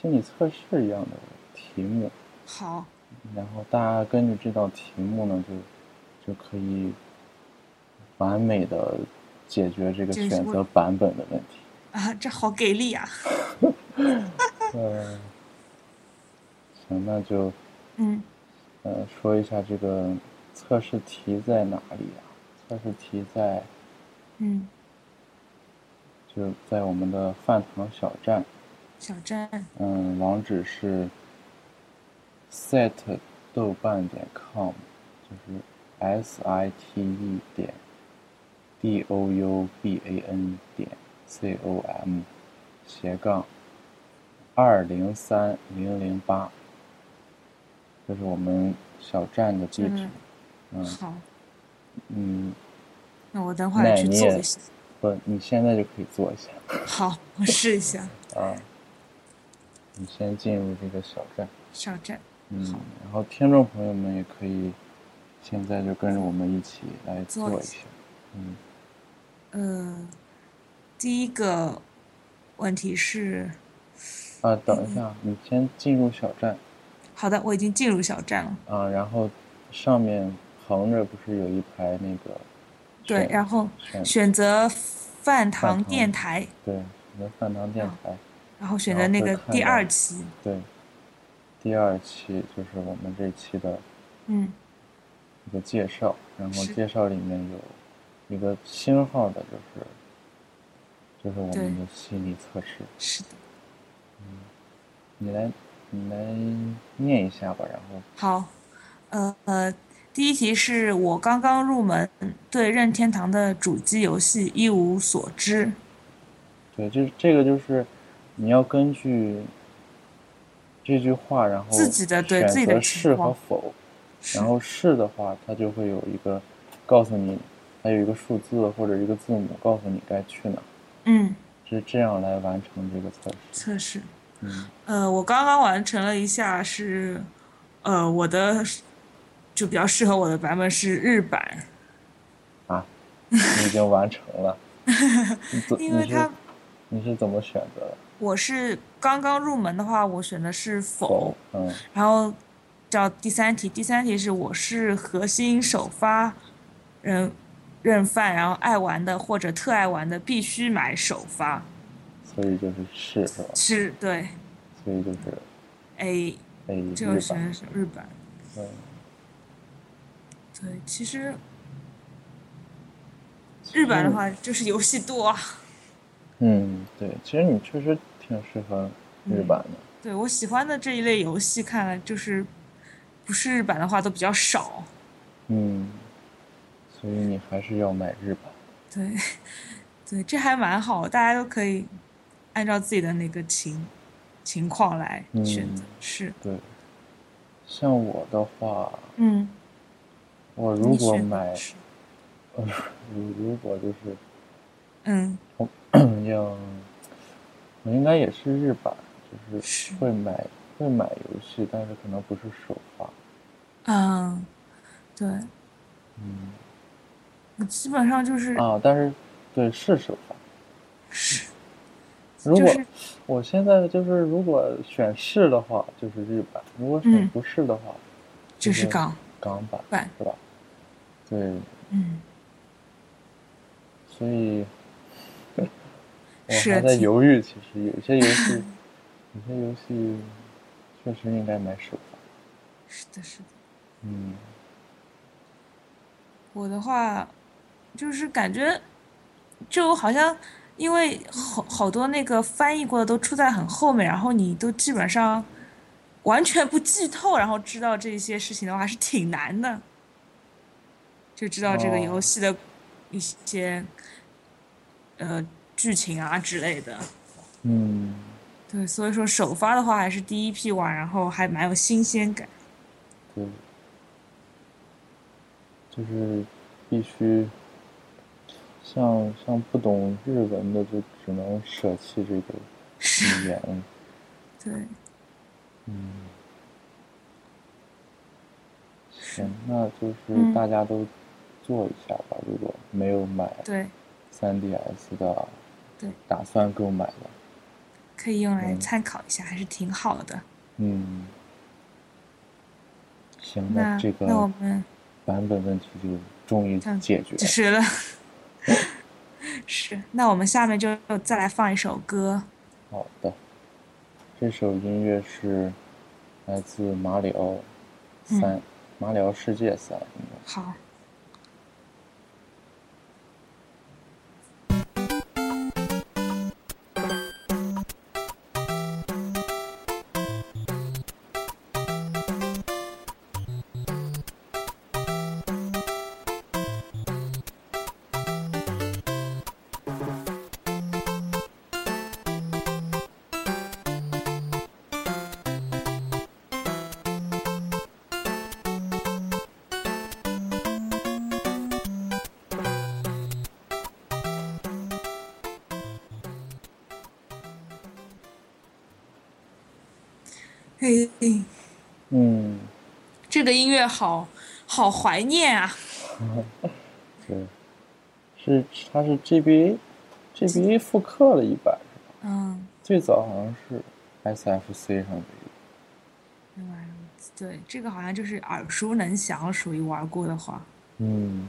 A: 心理测试一样的题目，
B: 好，
A: 然后大家根据这道题目呢，就就可以完美的解决这个
B: 就是
A: 选
B: 我
A: 择版本的问题。
B: 啊，这好给力啊！
A: 嗯，行，那就
B: 嗯，
A: 呃，说一下这个测试题在哪里啊？测试题在
B: 嗯，
A: 就在我们的饭堂小站，
B: 小站，
A: 嗯，网址是 set 豆瓣点 com，就是 s i t e 点 d o u b a n 点 c o m 斜杠二零三零零八，这是我们小站的地址。
B: 嗯好，
A: 嗯，
B: 那我等会儿去
A: 那你
B: 做
A: 也
B: 一下。
A: 不，你现在就可以做一下
B: 好，我试一下
A: 啊。你先进入这个小站，
B: 小站。
A: 嗯
B: 好，
A: 然后听众朋友们也可以现在就跟着我们一起来
B: 做
A: 做一
B: 一
A: 下，嗯
B: 呃，第一个问题是，
A: 啊，等
B: 嗯
A: 一下，你先进入小站
B: 好的，我已经进入小站了。
A: 啊，然后上面横着不是有一排那个
B: 对，
A: 选
B: 然后
A: 选
B: 选择饭堂
A: 堂
B: 电台，
A: 对什么饭堂电
B: 啊
A: 台
B: 然后选
A: 然
B: 择
A: 后
B: 那
A: 会
B: 个
A: 看
B: 第
A: 到
B: 二期。
A: 对第二期就是我们这期的
B: 嗯，
A: 一个介绍，然后
B: 是
A: 介绍里面有一个星号的，就是就是我
B: 对
A: 们的心理测试。
B: 是的。
A: 你来你来念一下吧，然后
B: 好，呃呃，第一题是我刚刚入门，对任天堂的主机游戏一无所知。
A: 对，这这个就是你要根据这句话，然后
B: 自己的对
A: 选
B: 自己
A: 择
B: 的情
A: 是和
B: 况
A: 否，
B: 是
A: 然后是的话，它就会有一个告诉你，它有一个数字或者一个字母告诉你该去哪，
B: 嗯，
A: 是这样来完成这个测试。
B: 测试。
A: 嗯，
B: 呃，我刚刚完成了一下是，呃，我的就比较适合我的版本是日版，
A: 啊，你已经完成了，
B: [laughs]
A: 你怎
B: 因为
A: 你是
B: 它
A: 你是怎么选择的？
B: 我是刚刚入门的话，我选的是否
A: 否，，嗯
B: 然后叫第三题，第三题是我是核心首发人认犯，然后爱玩的或者特爱玩的必须买首发，
A: 所以就是是是吧？
B: 是对
A: 所以就是
B: A
A: 哎，
B: 这
A: 日
B: 个选
A: 版
B: 的是日版，
A: 嗯。
B: 对，其实日版的话就是游戏多啊。
A: 嗯，对，其实你确实挺适合日
B: 嗯
A: 版的，
B: 对我喜欢的这一类游戏，看来就是不是日版的话都比较少。
A: 嗯，所以你还是要买日版。
B: 对， [laughs] 对，这还蛮好，大家都可以按照自己的那个情情况来选择。
A: 嗯
B: 是，
A: 对，像我的话，
B: 嗯，
A: 我
B: 你
A: 如果
B: 选的
A: 买，
B: 是
A: 呃，如如果就是 [clears throat]
B: 嗯，
A: 要，我应该也是日版，就是
B: 是
A: 会买会买游戏，但是可能不是首发。
B: 嗯，对
A: 嗯
B: 我基本上就是、
A: 啊，但是对是首发。
B: 是，
A: 如
B: 就
A: 果
B: 是
A: 我现在就是如果选是的话，就是日版；如果选
B: 嗯
A: 不是的话，
B: 就
A: 就是
B: 是港
A: 港版
B: 版，
A: 是吧？对，
B: 嗯，
A: 所以我
B: 是
A: 还在
B: 挺
A: 犹豫。其实有些游戏，有些游戏确实应该买首发。
B: 是的，是的。
A: 嗯，
B: 我的话，就是感觉，就好像因为好好多那个翻译过的都出在很后面，然后你都基本上完全不剧透，然后知道这些事情的话是挺难的，就知道这个游
A: 哦
B: 戏的一些呃剧情啊之类的。
A: 嗯，
B: 对，所以说首发的话还是第一批玩，然后还蛮有新鲜感。
A: 对，就是必须像像不懂日文的，就只能舍弃这个语言了。
B: 对，
A: 嗯，行，那就是
B: 嗯
A: 大家都做一下吧。如果没有买
B: 对，
A: 3DS 的，
B: 对
A: 打算购买的，
B: 可以用来
A: 嗯
B: 参考一下，还是挺好的。
A: 嗯，行，
B: 那
A: 这
B: 那我
A: 个
B: 们
A: 版本问题就终于
B: 这样
A: 解决
B: [laughs]
A: 了。
B: 就是了，是。那我们下面就再来放一首歌，
A: 好的，这首音乐是来自马里奥
B: 嗯
A: 三，马里奥世界三，应该
B: 好。嘿，
A: 嗯，
B: 这个音乐好好怀念啊！
A: 对，是它是 GBA，GBA 复刻了一版，
B: 嗯，
A: 最早好像是 SFC 上的一
B: 原来如此对，这个好像就是耳熟能详，属于玩过的话，
A: 个，嗯，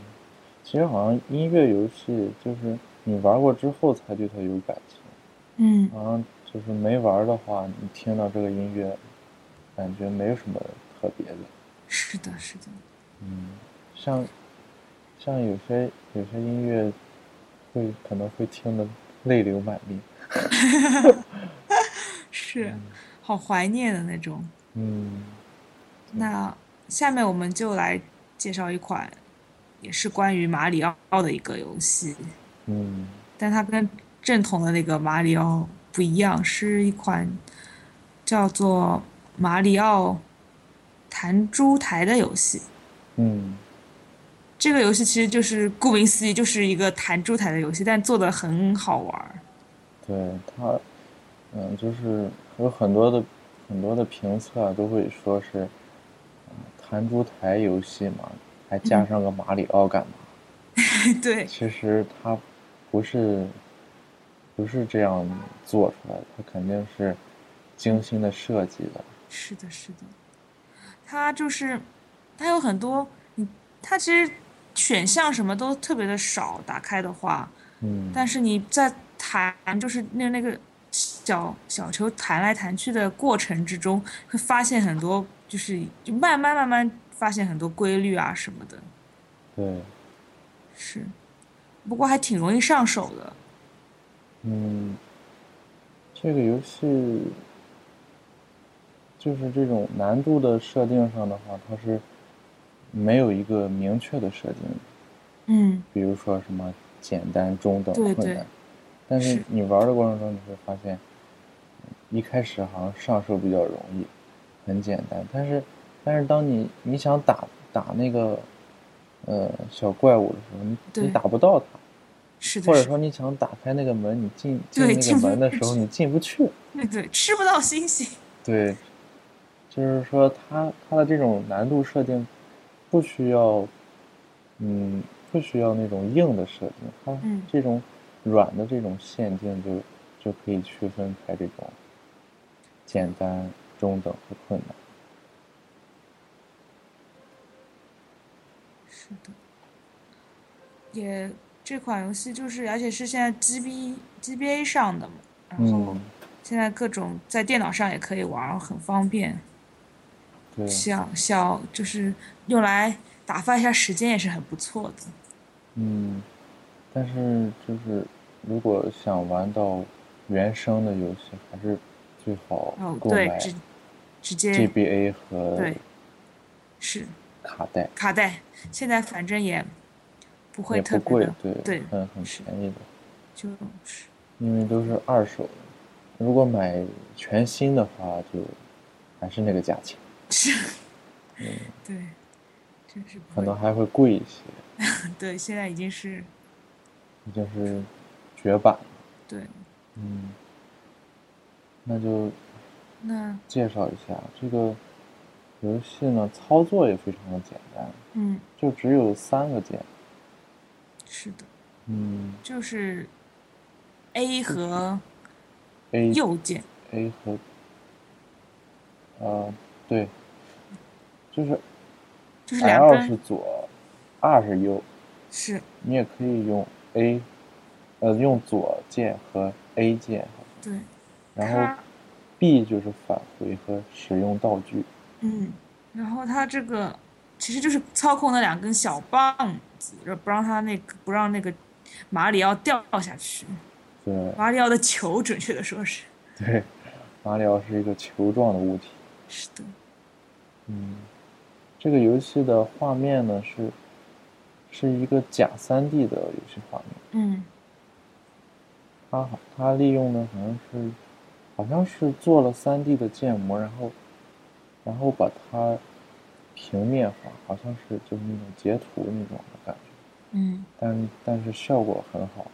A: 其实好像音乐游戏就是你玩过之后才对它有感情，
B: 嗯，
A: 好像就是没玩的话，你听到这个音乐，感觉没有什么特别的。
B: 是的，是的，
A: 嗯，像像有些有些音乐会可能会听得泪流满面。
B: 是，好怀念的那种。
A: 嗯，
B: 那下面我们就来介绍一款，也是关于马里奥的一个游戏，
A: 嗯，
B: 但它跟正统的那个马里奥不一样，是一款叫做《马里奥弹珠台》的游戏。
A: 嗯，
B: 这个游戏其实就是顾名思义，就是一个弹珠台的游戏，但做的很好玩儿。 [laughs]
A: 对它，嗯，就是有很多的很多的评测啊都会说是，呃弹珠台游戏嘛，还加上个马里奥干嘛？
B: 对，
A: 其实它不是不是这样做出来的，它肯定是精心的设计的。
B: 是的，是的，它就是它有很多，你它其实选项什么都特别的少，打开的话，
A: 嗯，
B: 但是你在弹就是那那个小小球弹来弹去的过程之中，会发现很多，就是就慢慢慢慢发现很多规律啊什么的，
A: 对，
B: 是，不过还挺容易上手的，
A: 嗯，这个游戏就是这种难度的设定上的话，它是没有一个明确的设定的，
B: 嗯，
A: 比如说什么简单、中等、
B: 对
A: 困
B: 对
A: 难。但是
B: 是
A: 你玩的过程中，你会发现，一开始好像上手比较容易，很简单。但是，但是当你你想打打那个呃小怪物的时候，你
B: 对
A: 你打不到它，
B: 是的，
A: 或者
B: 是的，
A: 说你想打开那个门，你进进
B: 对
A: 那
B: 进
A: 个
B: 不
A: 门的时候，你进不去。
B: 对对，吃不到星星，
A: 对，就是说它它的这种难度设定不需要，嗯，不需要那种硬的设定，它
B: 嗯
A: 这种软的这种限定就就可以区分开这种简单、中等和困难。
B: 是的，也这款游戏就是，而且是现在 G B G B A 上的嘛，然后
A: 嗯，
B: 现在各种在电脑上也可以玩儿，很方便。
A: 对，
B: 小小就是用来打发一下时间也是很不错的。
A: 嗯，但是就是如果想玩到原生的游戏，还是最好
B: 哦，
A: 购
B: 对，
A: 买
B: 直直接
A: GBA 和
B: 对是
A: 卡带。
B: 卡带，现在反正也不会
A: 也
B: 特
A: 不贵
B: 别的，，
A: 对，
B: 对
A: 很很
B: 是
A: 便宜的，
B: 就是
A: 因为都是二手的。如果买全新的话，就还是那个价钱，
B: 是，
A: 嗯，
B: 对，真是不
A: 可
B: 会
A: 能还会贵一些，
B: 对，现在已经是
A: 已经是绝版了，
B: 对
A: 嗯。那就
B: 那
A: 介绍一下这个游戏呢，操作也非常的简单，
B: 嗯
A: 就只有三个键，
B: 是的。
A: 嗯
B: 就是 A 和
A: ，A
B: 右键，
A: A 和，呃，对，就是
B: 就是两
A: L 是
B: 根
A: 左，R 是右，
B: 是
A: 你也可以用 A，呃，用左键和 A 键，
B: 对，
A: 然
B: 它
A: 后 B 就是返回和使用道具。
B: 嗯，然后它这个其实就是操控那两根小棒子，不让它那个不让那个马里奥掉下去，
A: 对
B: 马里奥的球，准确的说是
A: 对，马里奥是一个球状的物体。
B: 是的，
A: 嗯，这个游戏的画面呢是是一个假3 D 的游戏画面，
B: 嗯
A: 它好它利用的好像是好像是做了3 D 的建模，然后然后把它平面化，好像是就是那种截图那种的感觉。
B: 嗯
A: 但但是效果很好，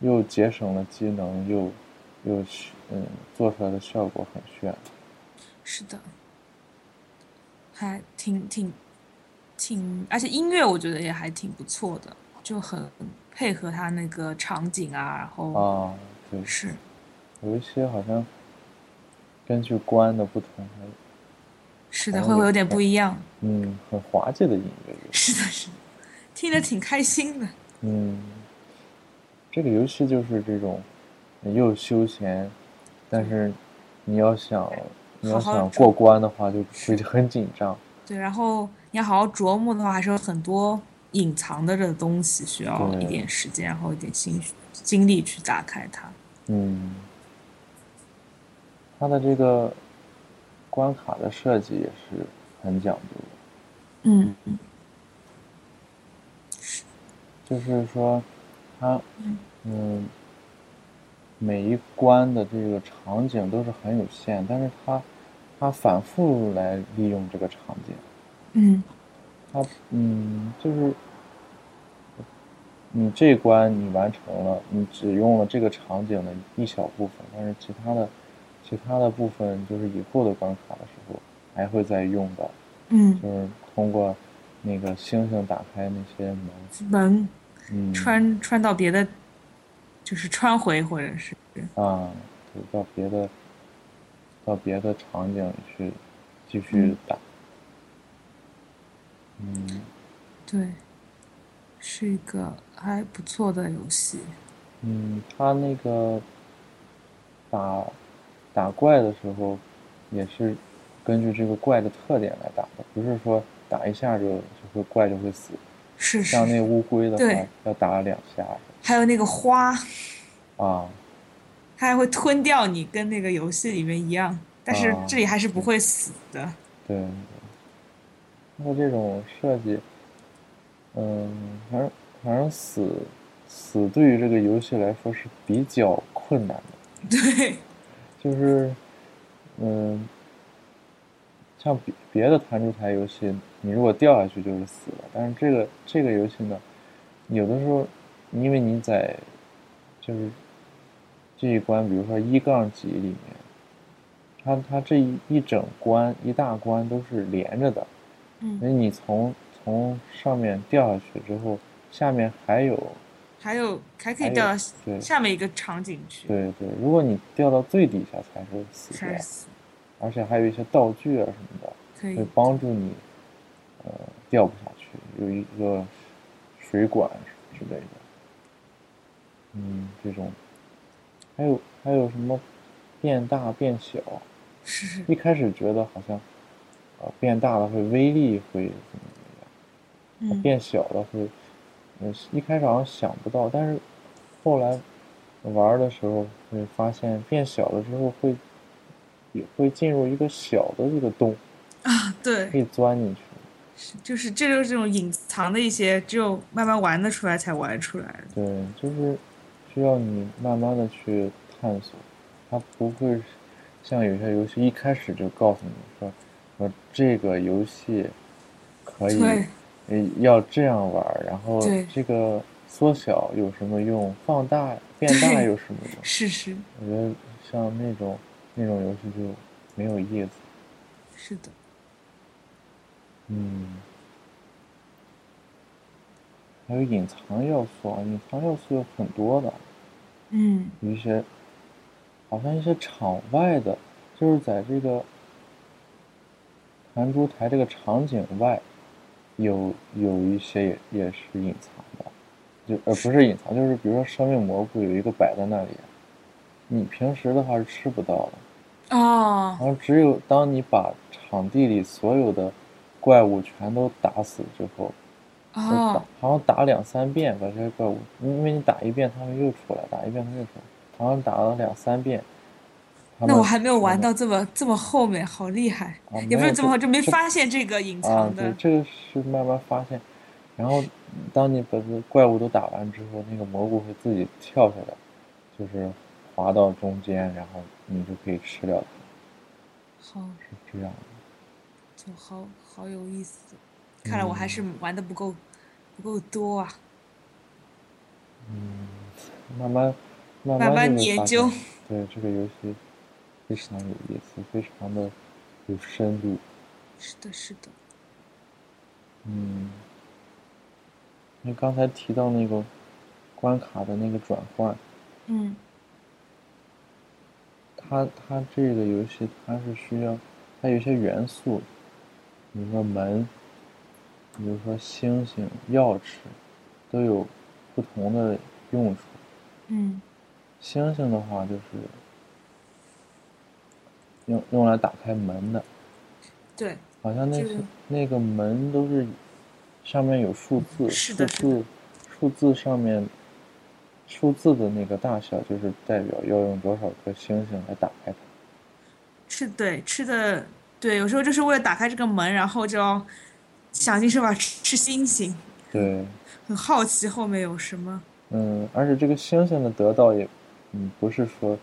A: 又节省了机能，又又是嗯做出来的效果很炫。
B: 是的，还挺挺挺，而且音乐我觉得也还挺不错的，就很配合它那个场景啊，然后
A: 啊，对，
B: 是。
A: 有一些好像根据关的不同，还
B: 是的，
A: 还
B: 会
A: 有
B: 会有点
A: 点
B: 不一样。
A: 嗯很滑稽的音乐有。
B: 是的，是的，听着挺开心的。
A: 嗯，这个游戏就是这种又休闲，但是你要想你要
B: 好好
A: 想过
B: 做
A: 关的话，就会很紧张。
B: 对，然后你要好好琢磨的话，还是有很多隐藏的这个东西，需要
A: 对
B: 一点时间，然后一点心血精力去打开它。
A: 嗯，它的这个关卡的设计也是很讲究的。
B: 嗯
A: 就是说，它，嗯，每一关的这个场景都是很有限，但是它，它反复来利用这个场景，
B: 嗯
A: 它，嗯，就是，你这关你完成了，你只用了这个场景的一小部分，但是其他的，其他的部分就是以后的关卡的时候还会再用到，
B: 嗯，
A: 就是通过那个星星打开那些门，
B: 门
A: 嗯，
B: 穿穿到别的，就是穿回或者是，
A: 啊，就到别的到别的场景去继续打。嗯
B: 对，是一个还不错的游戏。
A: 嗯，他那个打打怪的时候，也是根据这个怪的特点来打的，不是说打一下就就会怪就会死。
B: 是是，
A: 像那乌龟的话
B: 对，
A: 要打两下
B: 还有那个花，
A: 啊。
B: 它还会吞掉你，跟那个游戏里面一样，但是
A: 啊
B: 这里还是不会死的。
A: 对，那这种设计，嗯，反正反正死死对于这个游戏来说是比较困难的，
B: 对，
A: 就是，嗯，像别别的弹珠台游戏，你如果掉下去就是死了，但是这个这个游戏呢，有的时候因为你在就是这一关，比如说一杠几里面，它它这一一整关一大关都是连着的，
B: 嗯
A: 所以你从从上面掉下去之后，下面还有
B: 还有还可
A: 还
B: 以
A: 有
B: 掉到
A: 对
B: 下面一个场景去，
A: 对对，如果你掉到最底下才是死
B: 才
A: 掉
B: 是，死
A: 而且还有一些道具啊什么的。
B: 可
A: 会
B: 以。
A: 帮助你，呃，掉不下去，有一个水管之类的，嗯，这种，还有还有什么变大变小，
B: 是是，
A: 一开始觉得好像，呃，变大了会威力会怎么怎么样。
B: 嗯，
A: 变小了会，嗯，一开始好像想不到，但是后来玩儿的时候会发现，变小了之后会也会进入一个小的这个洞，
B: 啊，对
A: 可。以钻进去。
B: 就是这就是这种隐藏的一些，只有慢慢玩得出来才玩得出来的。
A: 对，就是需要你慢慢的去探索，它不会像有些游戏一开始就告诉你说，说这个游戏可以
B: 对，
A: 呃要这样玩儿，然后
B: 对
A: 这个缩小有什么用，放大变大
B: 对
A: 有什么用？
B: 是是
A: 我觉得像那种那种游戏就没有意思。
B: 是的，
A: 嗯，还有隐藏要素啊，隐藏要素有很多的，
B: 嗯
A: 有一些好像一些场外的，就是在这个弹珠台这个场景外，有有一些也也是隐藏的，就呃不是隐藏，就是比如说生命蘑菇有一个摆在那里，你平时的话是吃不到的。
B: 哦，
A: 然后只有当你把场地里所有的怪物全都打死之后，就打
B: 哦，
A: 好像打两三遍把这些怪物，因为你打一遍它们又出来，打一遍它又出来，好像打了两三遍。它
B: 那我
A: 们
B: 还没有玩
A: 嗯
B: 到这么这么后面，好厉害
A: 啊！
B: 也不
A: 没有
B: 是这么后，
A: 这
B: 就没发现这个隐
A: 啊
B: 藏，
A: 对
B: 的，。
A: 这个是慢慢发现。然后当你把这怪物都打完之后，那个蘑菇会自己跳下来，就是滑到中间，然后你就可以吃掉它，
B: 好，
A: 是这样的。
B: 就好好有意思。看来我还是玩的不够不够多啊。
A: 嗯，慢慢慢
B: 慢慢
A: 就会
B: 研
A: 发
B: 究
A: 现，对这个游戏非常有意思，非常的有深度。
B: 是的，是的，
A: 嗯，你刚才提到那个关卡的那个转换，
B: 嗯，
A: 它它这个游戏它是需要，它有一些元素，比如说门，比如说星星、钥匙，都有不同的用处。
B: 嗯，
A: 星星的话就是用用来打开门的，
B: 对，
A: 好像那
B: 就是
A: 那个门都是上面有数字，
B: 是
A: 数
B: 的是的
A: 字数字上面数字的那个大小就是代表要用多少颗星星来打开它。
B: 吃对吃的对，有时候就是为了打开这个门，然后就要想尽设法吃吃星星，
A: 对，
B: 很好奇后面有什么。
A: 嗯，而且这个星星的得到也，嗯，不是说，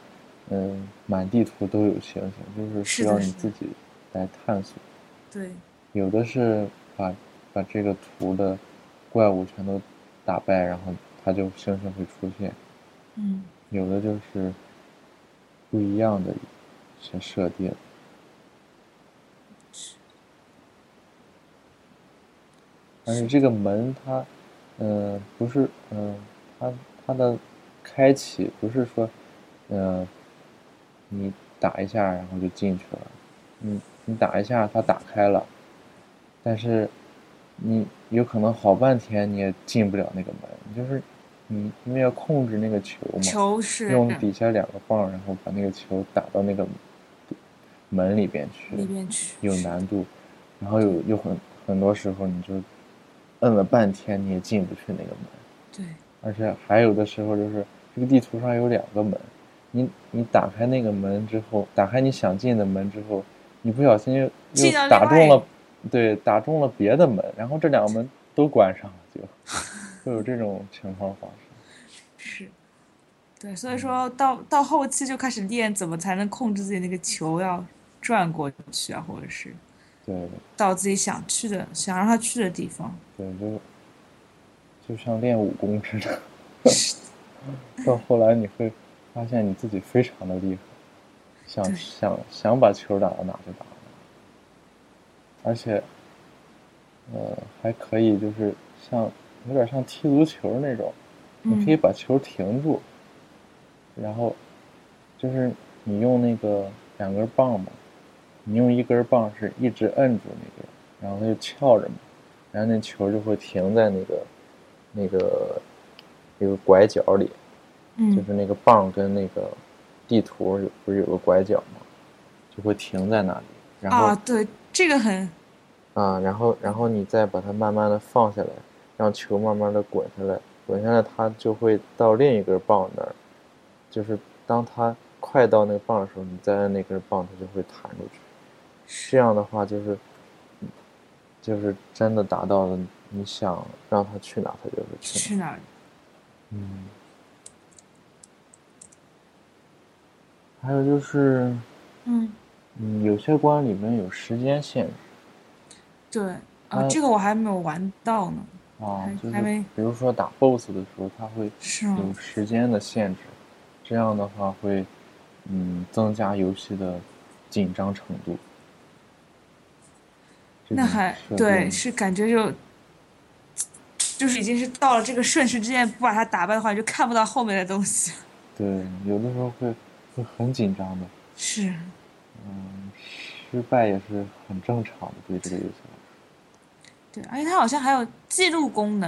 A: 嗯，满地图都有星星，就是需
B: 是的
A: 要
B: 是
A: 你
B: 的
A: 自己来探索。
B: 对，
A: 有的是把把这个图的怪物全都打败，然后它就星星会出现；
B: 嗯，
A: 有的就是不一样的一些设定。而且这个门它，嗯、不是，嗯、它它的开启不是说，嗯、你打一下然后就进去了，你你打一下它打开了，但是你有可能好半天你也进不了那个门，就是你因为要控制那个球嘛，
B: 球是
A: 用底下两个棒，然后把那个球打到那个门里边去，
B: 里边去，
A: 有难度，然后有有很很多时候你就摁了半天你也进不去那个门，
B: 对，
A: 而且还有的时候就是这个地图上有两个门，你你打开那个门之后，打开你想进的门之后，你不小心又
B: 进
A: 又
B: 到另
A: 打
B: 外一
A: 中
B: 个
A: 了，对，打中了别的门，然后这两个门都关上了就，
B: [laughs]
A: 会有这种情况发生。
B: 是，对，所以说到到后期就开始练怎么才能控制自己那个球要转过去啊，或者是
A: 对
B: 到自己想去的、想让他去的地方。
A: 对，就就像练武功似的，到后来你会发现你自己非常的厉害，
B: 对
A: 想想想把球打到哪就打到哪，而且，呃，还可以就是像有点像踢足球那种，你可以
B: 嗯，
A: 把球停住，然后就是你用那个两根棒嘛，你用一根棒是一直摁住那个，然后它就翘着嘛，然后那球就会停在那个那个那个拐角里，就
B: 嗯，
A: 是那个棒跟那个地图有不是有个拐角嘛，就会停在那里，然后
B: 啊，对，这个很
A: 啊，然后然后你再把它慢慢的放下来，让球慢慢的滚下来，滚下来它就会到另一根棒那儿，就是当它快到那个棒的时候，你再按那根棒，它就会弹出去。这样的话就是，嗯就是真的达到了你想让它去哪，它就会去哪。
B: 去哪儿？
A: 嗯。还有就是，
B: 嗯，
A: 嗯，有些关里面有时间限制。
B: 对啊，
A: 嗯
B: 这个我还没有玩到呢。
A: 啊
B: 还，
A: 就是
B: 还没嗯
A: 比如说打 BOSS 的时候，它会
B: 是吗？
A: 有时间的限制，这样的话会，嗯，增加游戏的紧张程度。这
B: 那
A: 种
B: 还
A: 设
B: 对，
A: 定
B: 是感觉就就是已经是到了这个顺时之间，不把它打败的话，你就看不到后面的东西。
A: 对，有的时候会会很紧张的，
B: 是，
A: 嗯，失败也是很正常的，对这个游戏
B: 对，而且它好像还有记录功能，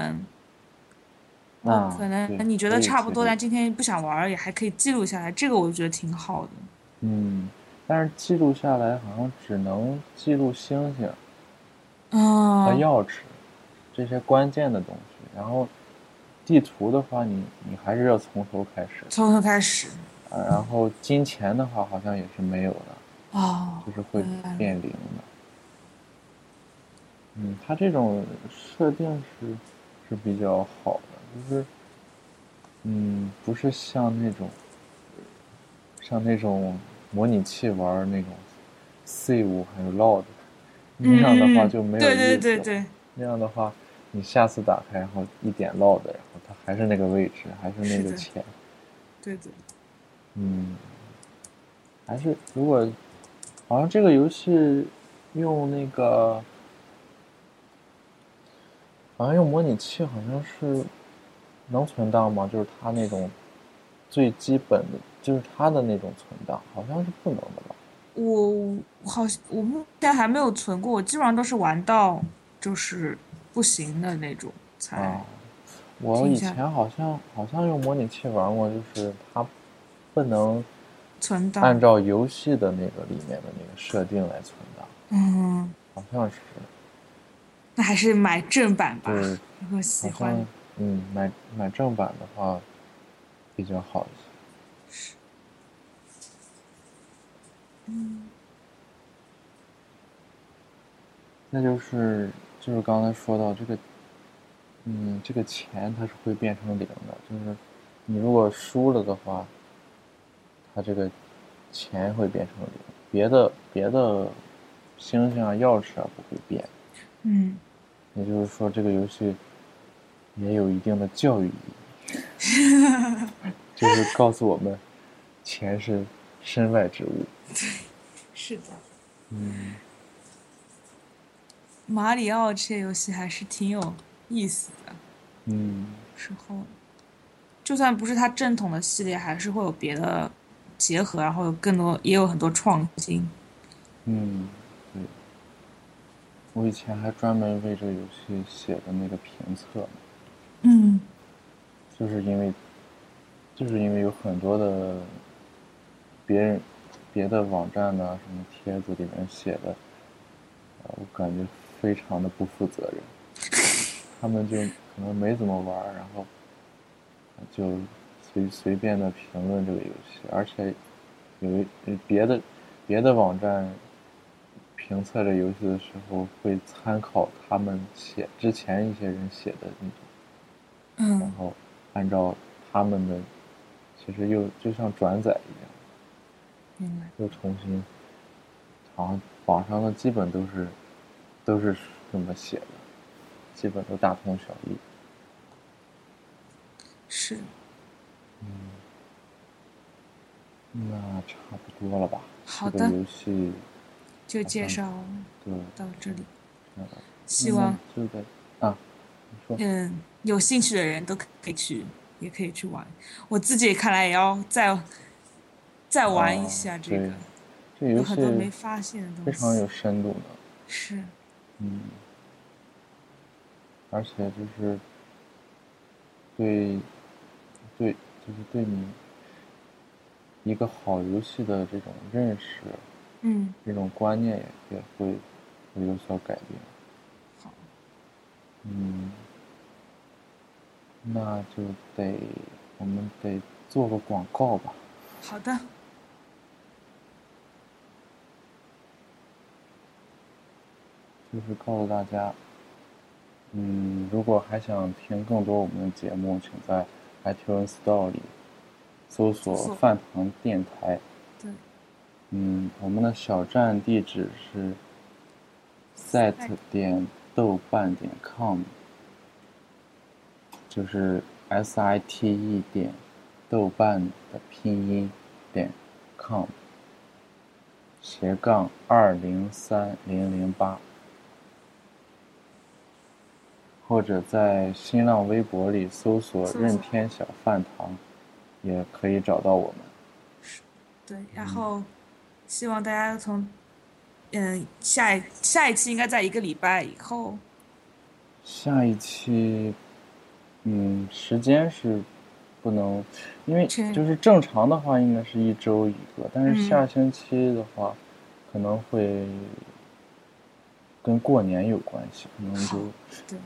B: 嗯
A: 来说。啊，
B: 哦可
A: 对
B: 能你觉
A: 可
B: 得
A: 以
B: 差
A: 记
B: 不多，
A: 录
B: 但今天不想玩儿也还可以记录下来，这个我觉得挺好的。
A: 嗯，但是记录下来好像只能记录星星，
B: 啊
A: 和，
B: 嗯哦
A: 钥匙这些关键的东西。然后地图的话你，你还是要从头开始。
B: 从头开始。
A: 啊然后金钱的话，好像也是没有的，
B: 哦
A: 就是会
B: 明白了
A: 变零的。嗯，它这种设定是是比较好的，就是嗯，不是像那种像那种模拟器玩儿那种 C 五还有 LOD，那样的话就没有意思了。
B: 嗯对对对对，
A: 那样的话，你下次打开，然后一点 LOD，然后它还是那个位置，还是那
B: 是
A: 个
B: 的
A: 钱，
B: 对对，
A: 嗯，还是如果好像这个游戏用那个，好像用模拟器，好像是能存档吗？就是它那种最基本的，就是它的那种存档，好像是不能的吧？
B: 我我好像我目前还没有存过，我基本上都是玩到就是不行的那种才。
A: 啊，我
B: 哎听一
A: 以
B: 下
A: 前好像好像用模拟器玩过，就是它不能。
B: 存档，
A: 按照游戏的那个里面的那个设定来存档，
B: 嗯，
A: 好像是，
B: 那还是买正版吧，
A: 对，
B: 如果喜
A: 好
B: 欢
A: 像，嗯，买买正版的话比较好一些。那就是就是刚才说到这个，嗯，这个钱它是会变成零的，就是你如果输了的话，它这个钱会变成零，别的别的星星啊、钥匙啊不会变。
B: 嗯，
A: 也就是说，这个游戏也有一定的教育意义，就是告诉我们，钱是身外之物。
B: 是的，
A: 嗯，
B: 马里奥这些游戏还是挺有意思的。
A: 嗯，
B: 时候，就算不是它正统的系列，还是会有别的结合，然后有更多，也有很多创新。
A: 嗯，对。我以前还专门为这个游戏写的那个评测呢，
B: 嗯
A: 就是因为，就是因为有很多的别人、别的网站呐、什么帖子里面写的，呃我感觉非常的不负责任。他们就可能没怎么玩儿，然后就随随便的评论这个游戏，而且有一呃别的别的网站评测这游戏的时候，会参考他们写之前一些人写的那种。然
B: 嗯
A: 后按照他们的，其实又就像转载一样，
B: 明白。
A: 又重新，好像网上的基本都是都是这么写的，基本都大同小异。
B: 是，
A: 嗯那差不多了吧？
B: 好
A: 这
B: 的
A: 个游戏，
B: 就介绍
A: 对，
B: 到这里。
A: 嗯
B: 希望
A: 那就在啊，你说，
B: 嗯，有兴趣的人都可以去，也可以去玩。我自己看来也要再再玩一下这个
A: 啊，这
B: 有
A: 游
B: 很多没
A: 戏
B: 发现的东西。
A: 非常有深度呢。
B: 是，
A: 嗯，而且就是对对，就是对你一个好游戏的这种认识、
B: 嗯，
A: 这种观念也也会会有所改变。
B: 好，
A: 嗯，那就得我们得做个广告吧。
B: 好的，
A: 就是告诉大家，嗯，如果还想听更多我们的节目，请在 iTunes Store 里搜索
B: 搜
A: “
B: 索
A: 饭堂电台
B: 对，”。
A: 嗯，我们的小站地址是 set 点豆瓣点 com，就是 s i t e 点豆瓣的拼音点 com 斜杠二零三零零八，或者在新浪微博里搜索“
B: 搜
A: 任
B: 索
A: 天小饭堂”，也可以找到我们。
B: 对，
A: 嗯
B: 然后希望大家从嗯下一下一期应该在一个礼拜以后，
A: 下一期，嗯，时间是不能，因为
B: 这
A: 就是正常的话应该是一周一个，但是
B: 嗯
A: 下星期的话、可能会跟过年有关系，可能
B: 好
A: 就
B: 对，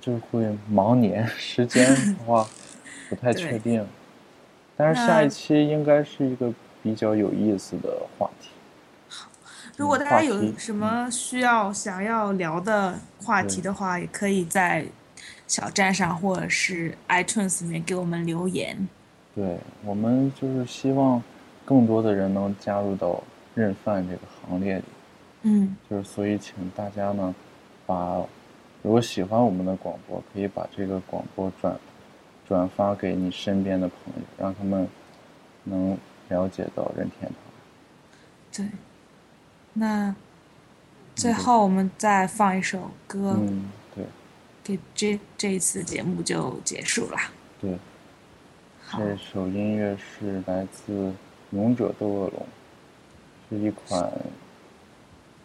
A: 就会忙年，时间的
B: [laughs]
A: 话不太确
B: 对
A: 定。但是
B: 那
A: 下一期应该是一个比较有意思的话题。
B: 如果
A: 嗯
B: 大
A: 话
B: 家有
A: 题
B: 什么需要想要聊的话题的话，也可以在小站上或者是 iTunes 里面给我们留言。
A: 对我们就是希望更多的人能加入到认饭这个行列里。
B: 嗯，
A: 就是所以请大家呢，把如果喜欢我们的广播，可以把这个广播转转发给你身边的朋友，让他们能了解到任天堂。
B: 对。
A: 嗯
B: 那最后我们再放一首歌，
A: 嗯，对
B: 给这这一次节目就结束了。
A: 对，
B: 好，
A: 这首音乐是来自《勇者斗恶龙》，是一款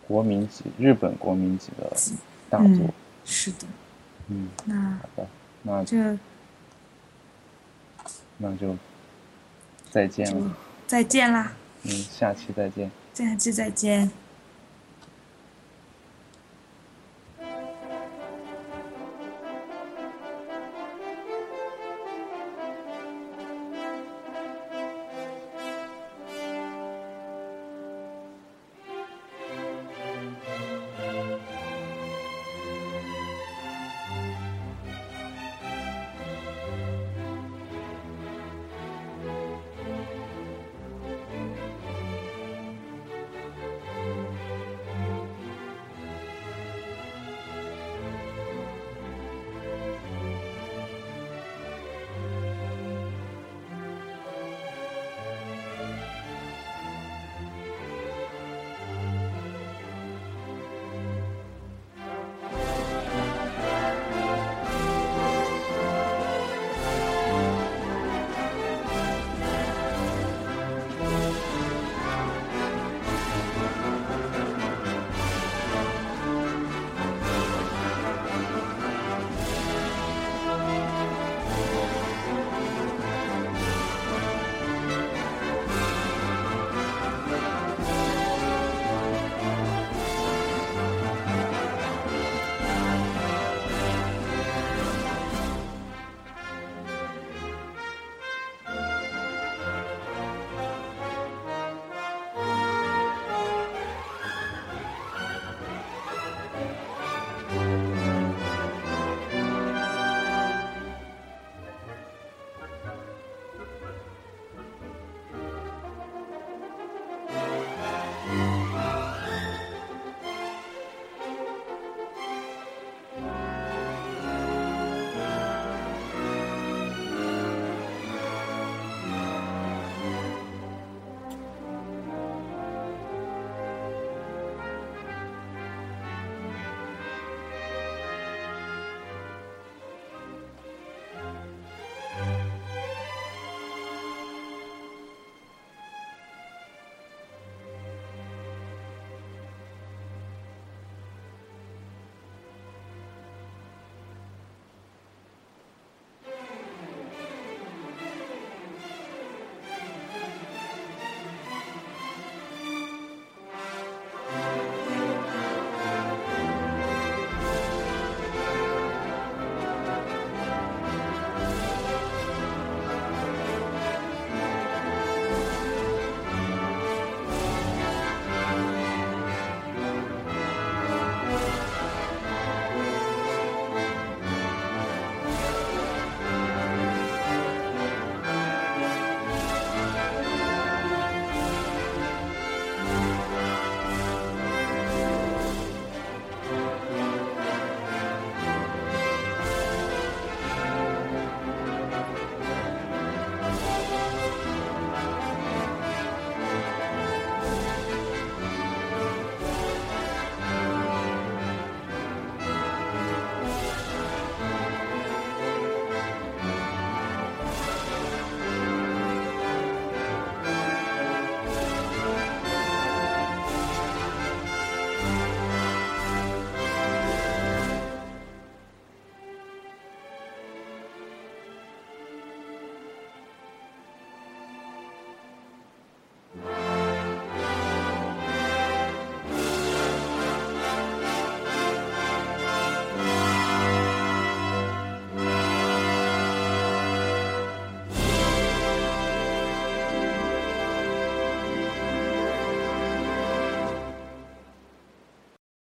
A: 国民级日本国民级的大作。
B: 嗯是的，
A: 嗯，
B: 那
A: 好的，那
B: 就
A: 那就再见
B: 就
A: 了，
B: 再见啦，
A: 嗯，下期再见。
B: 下期再见。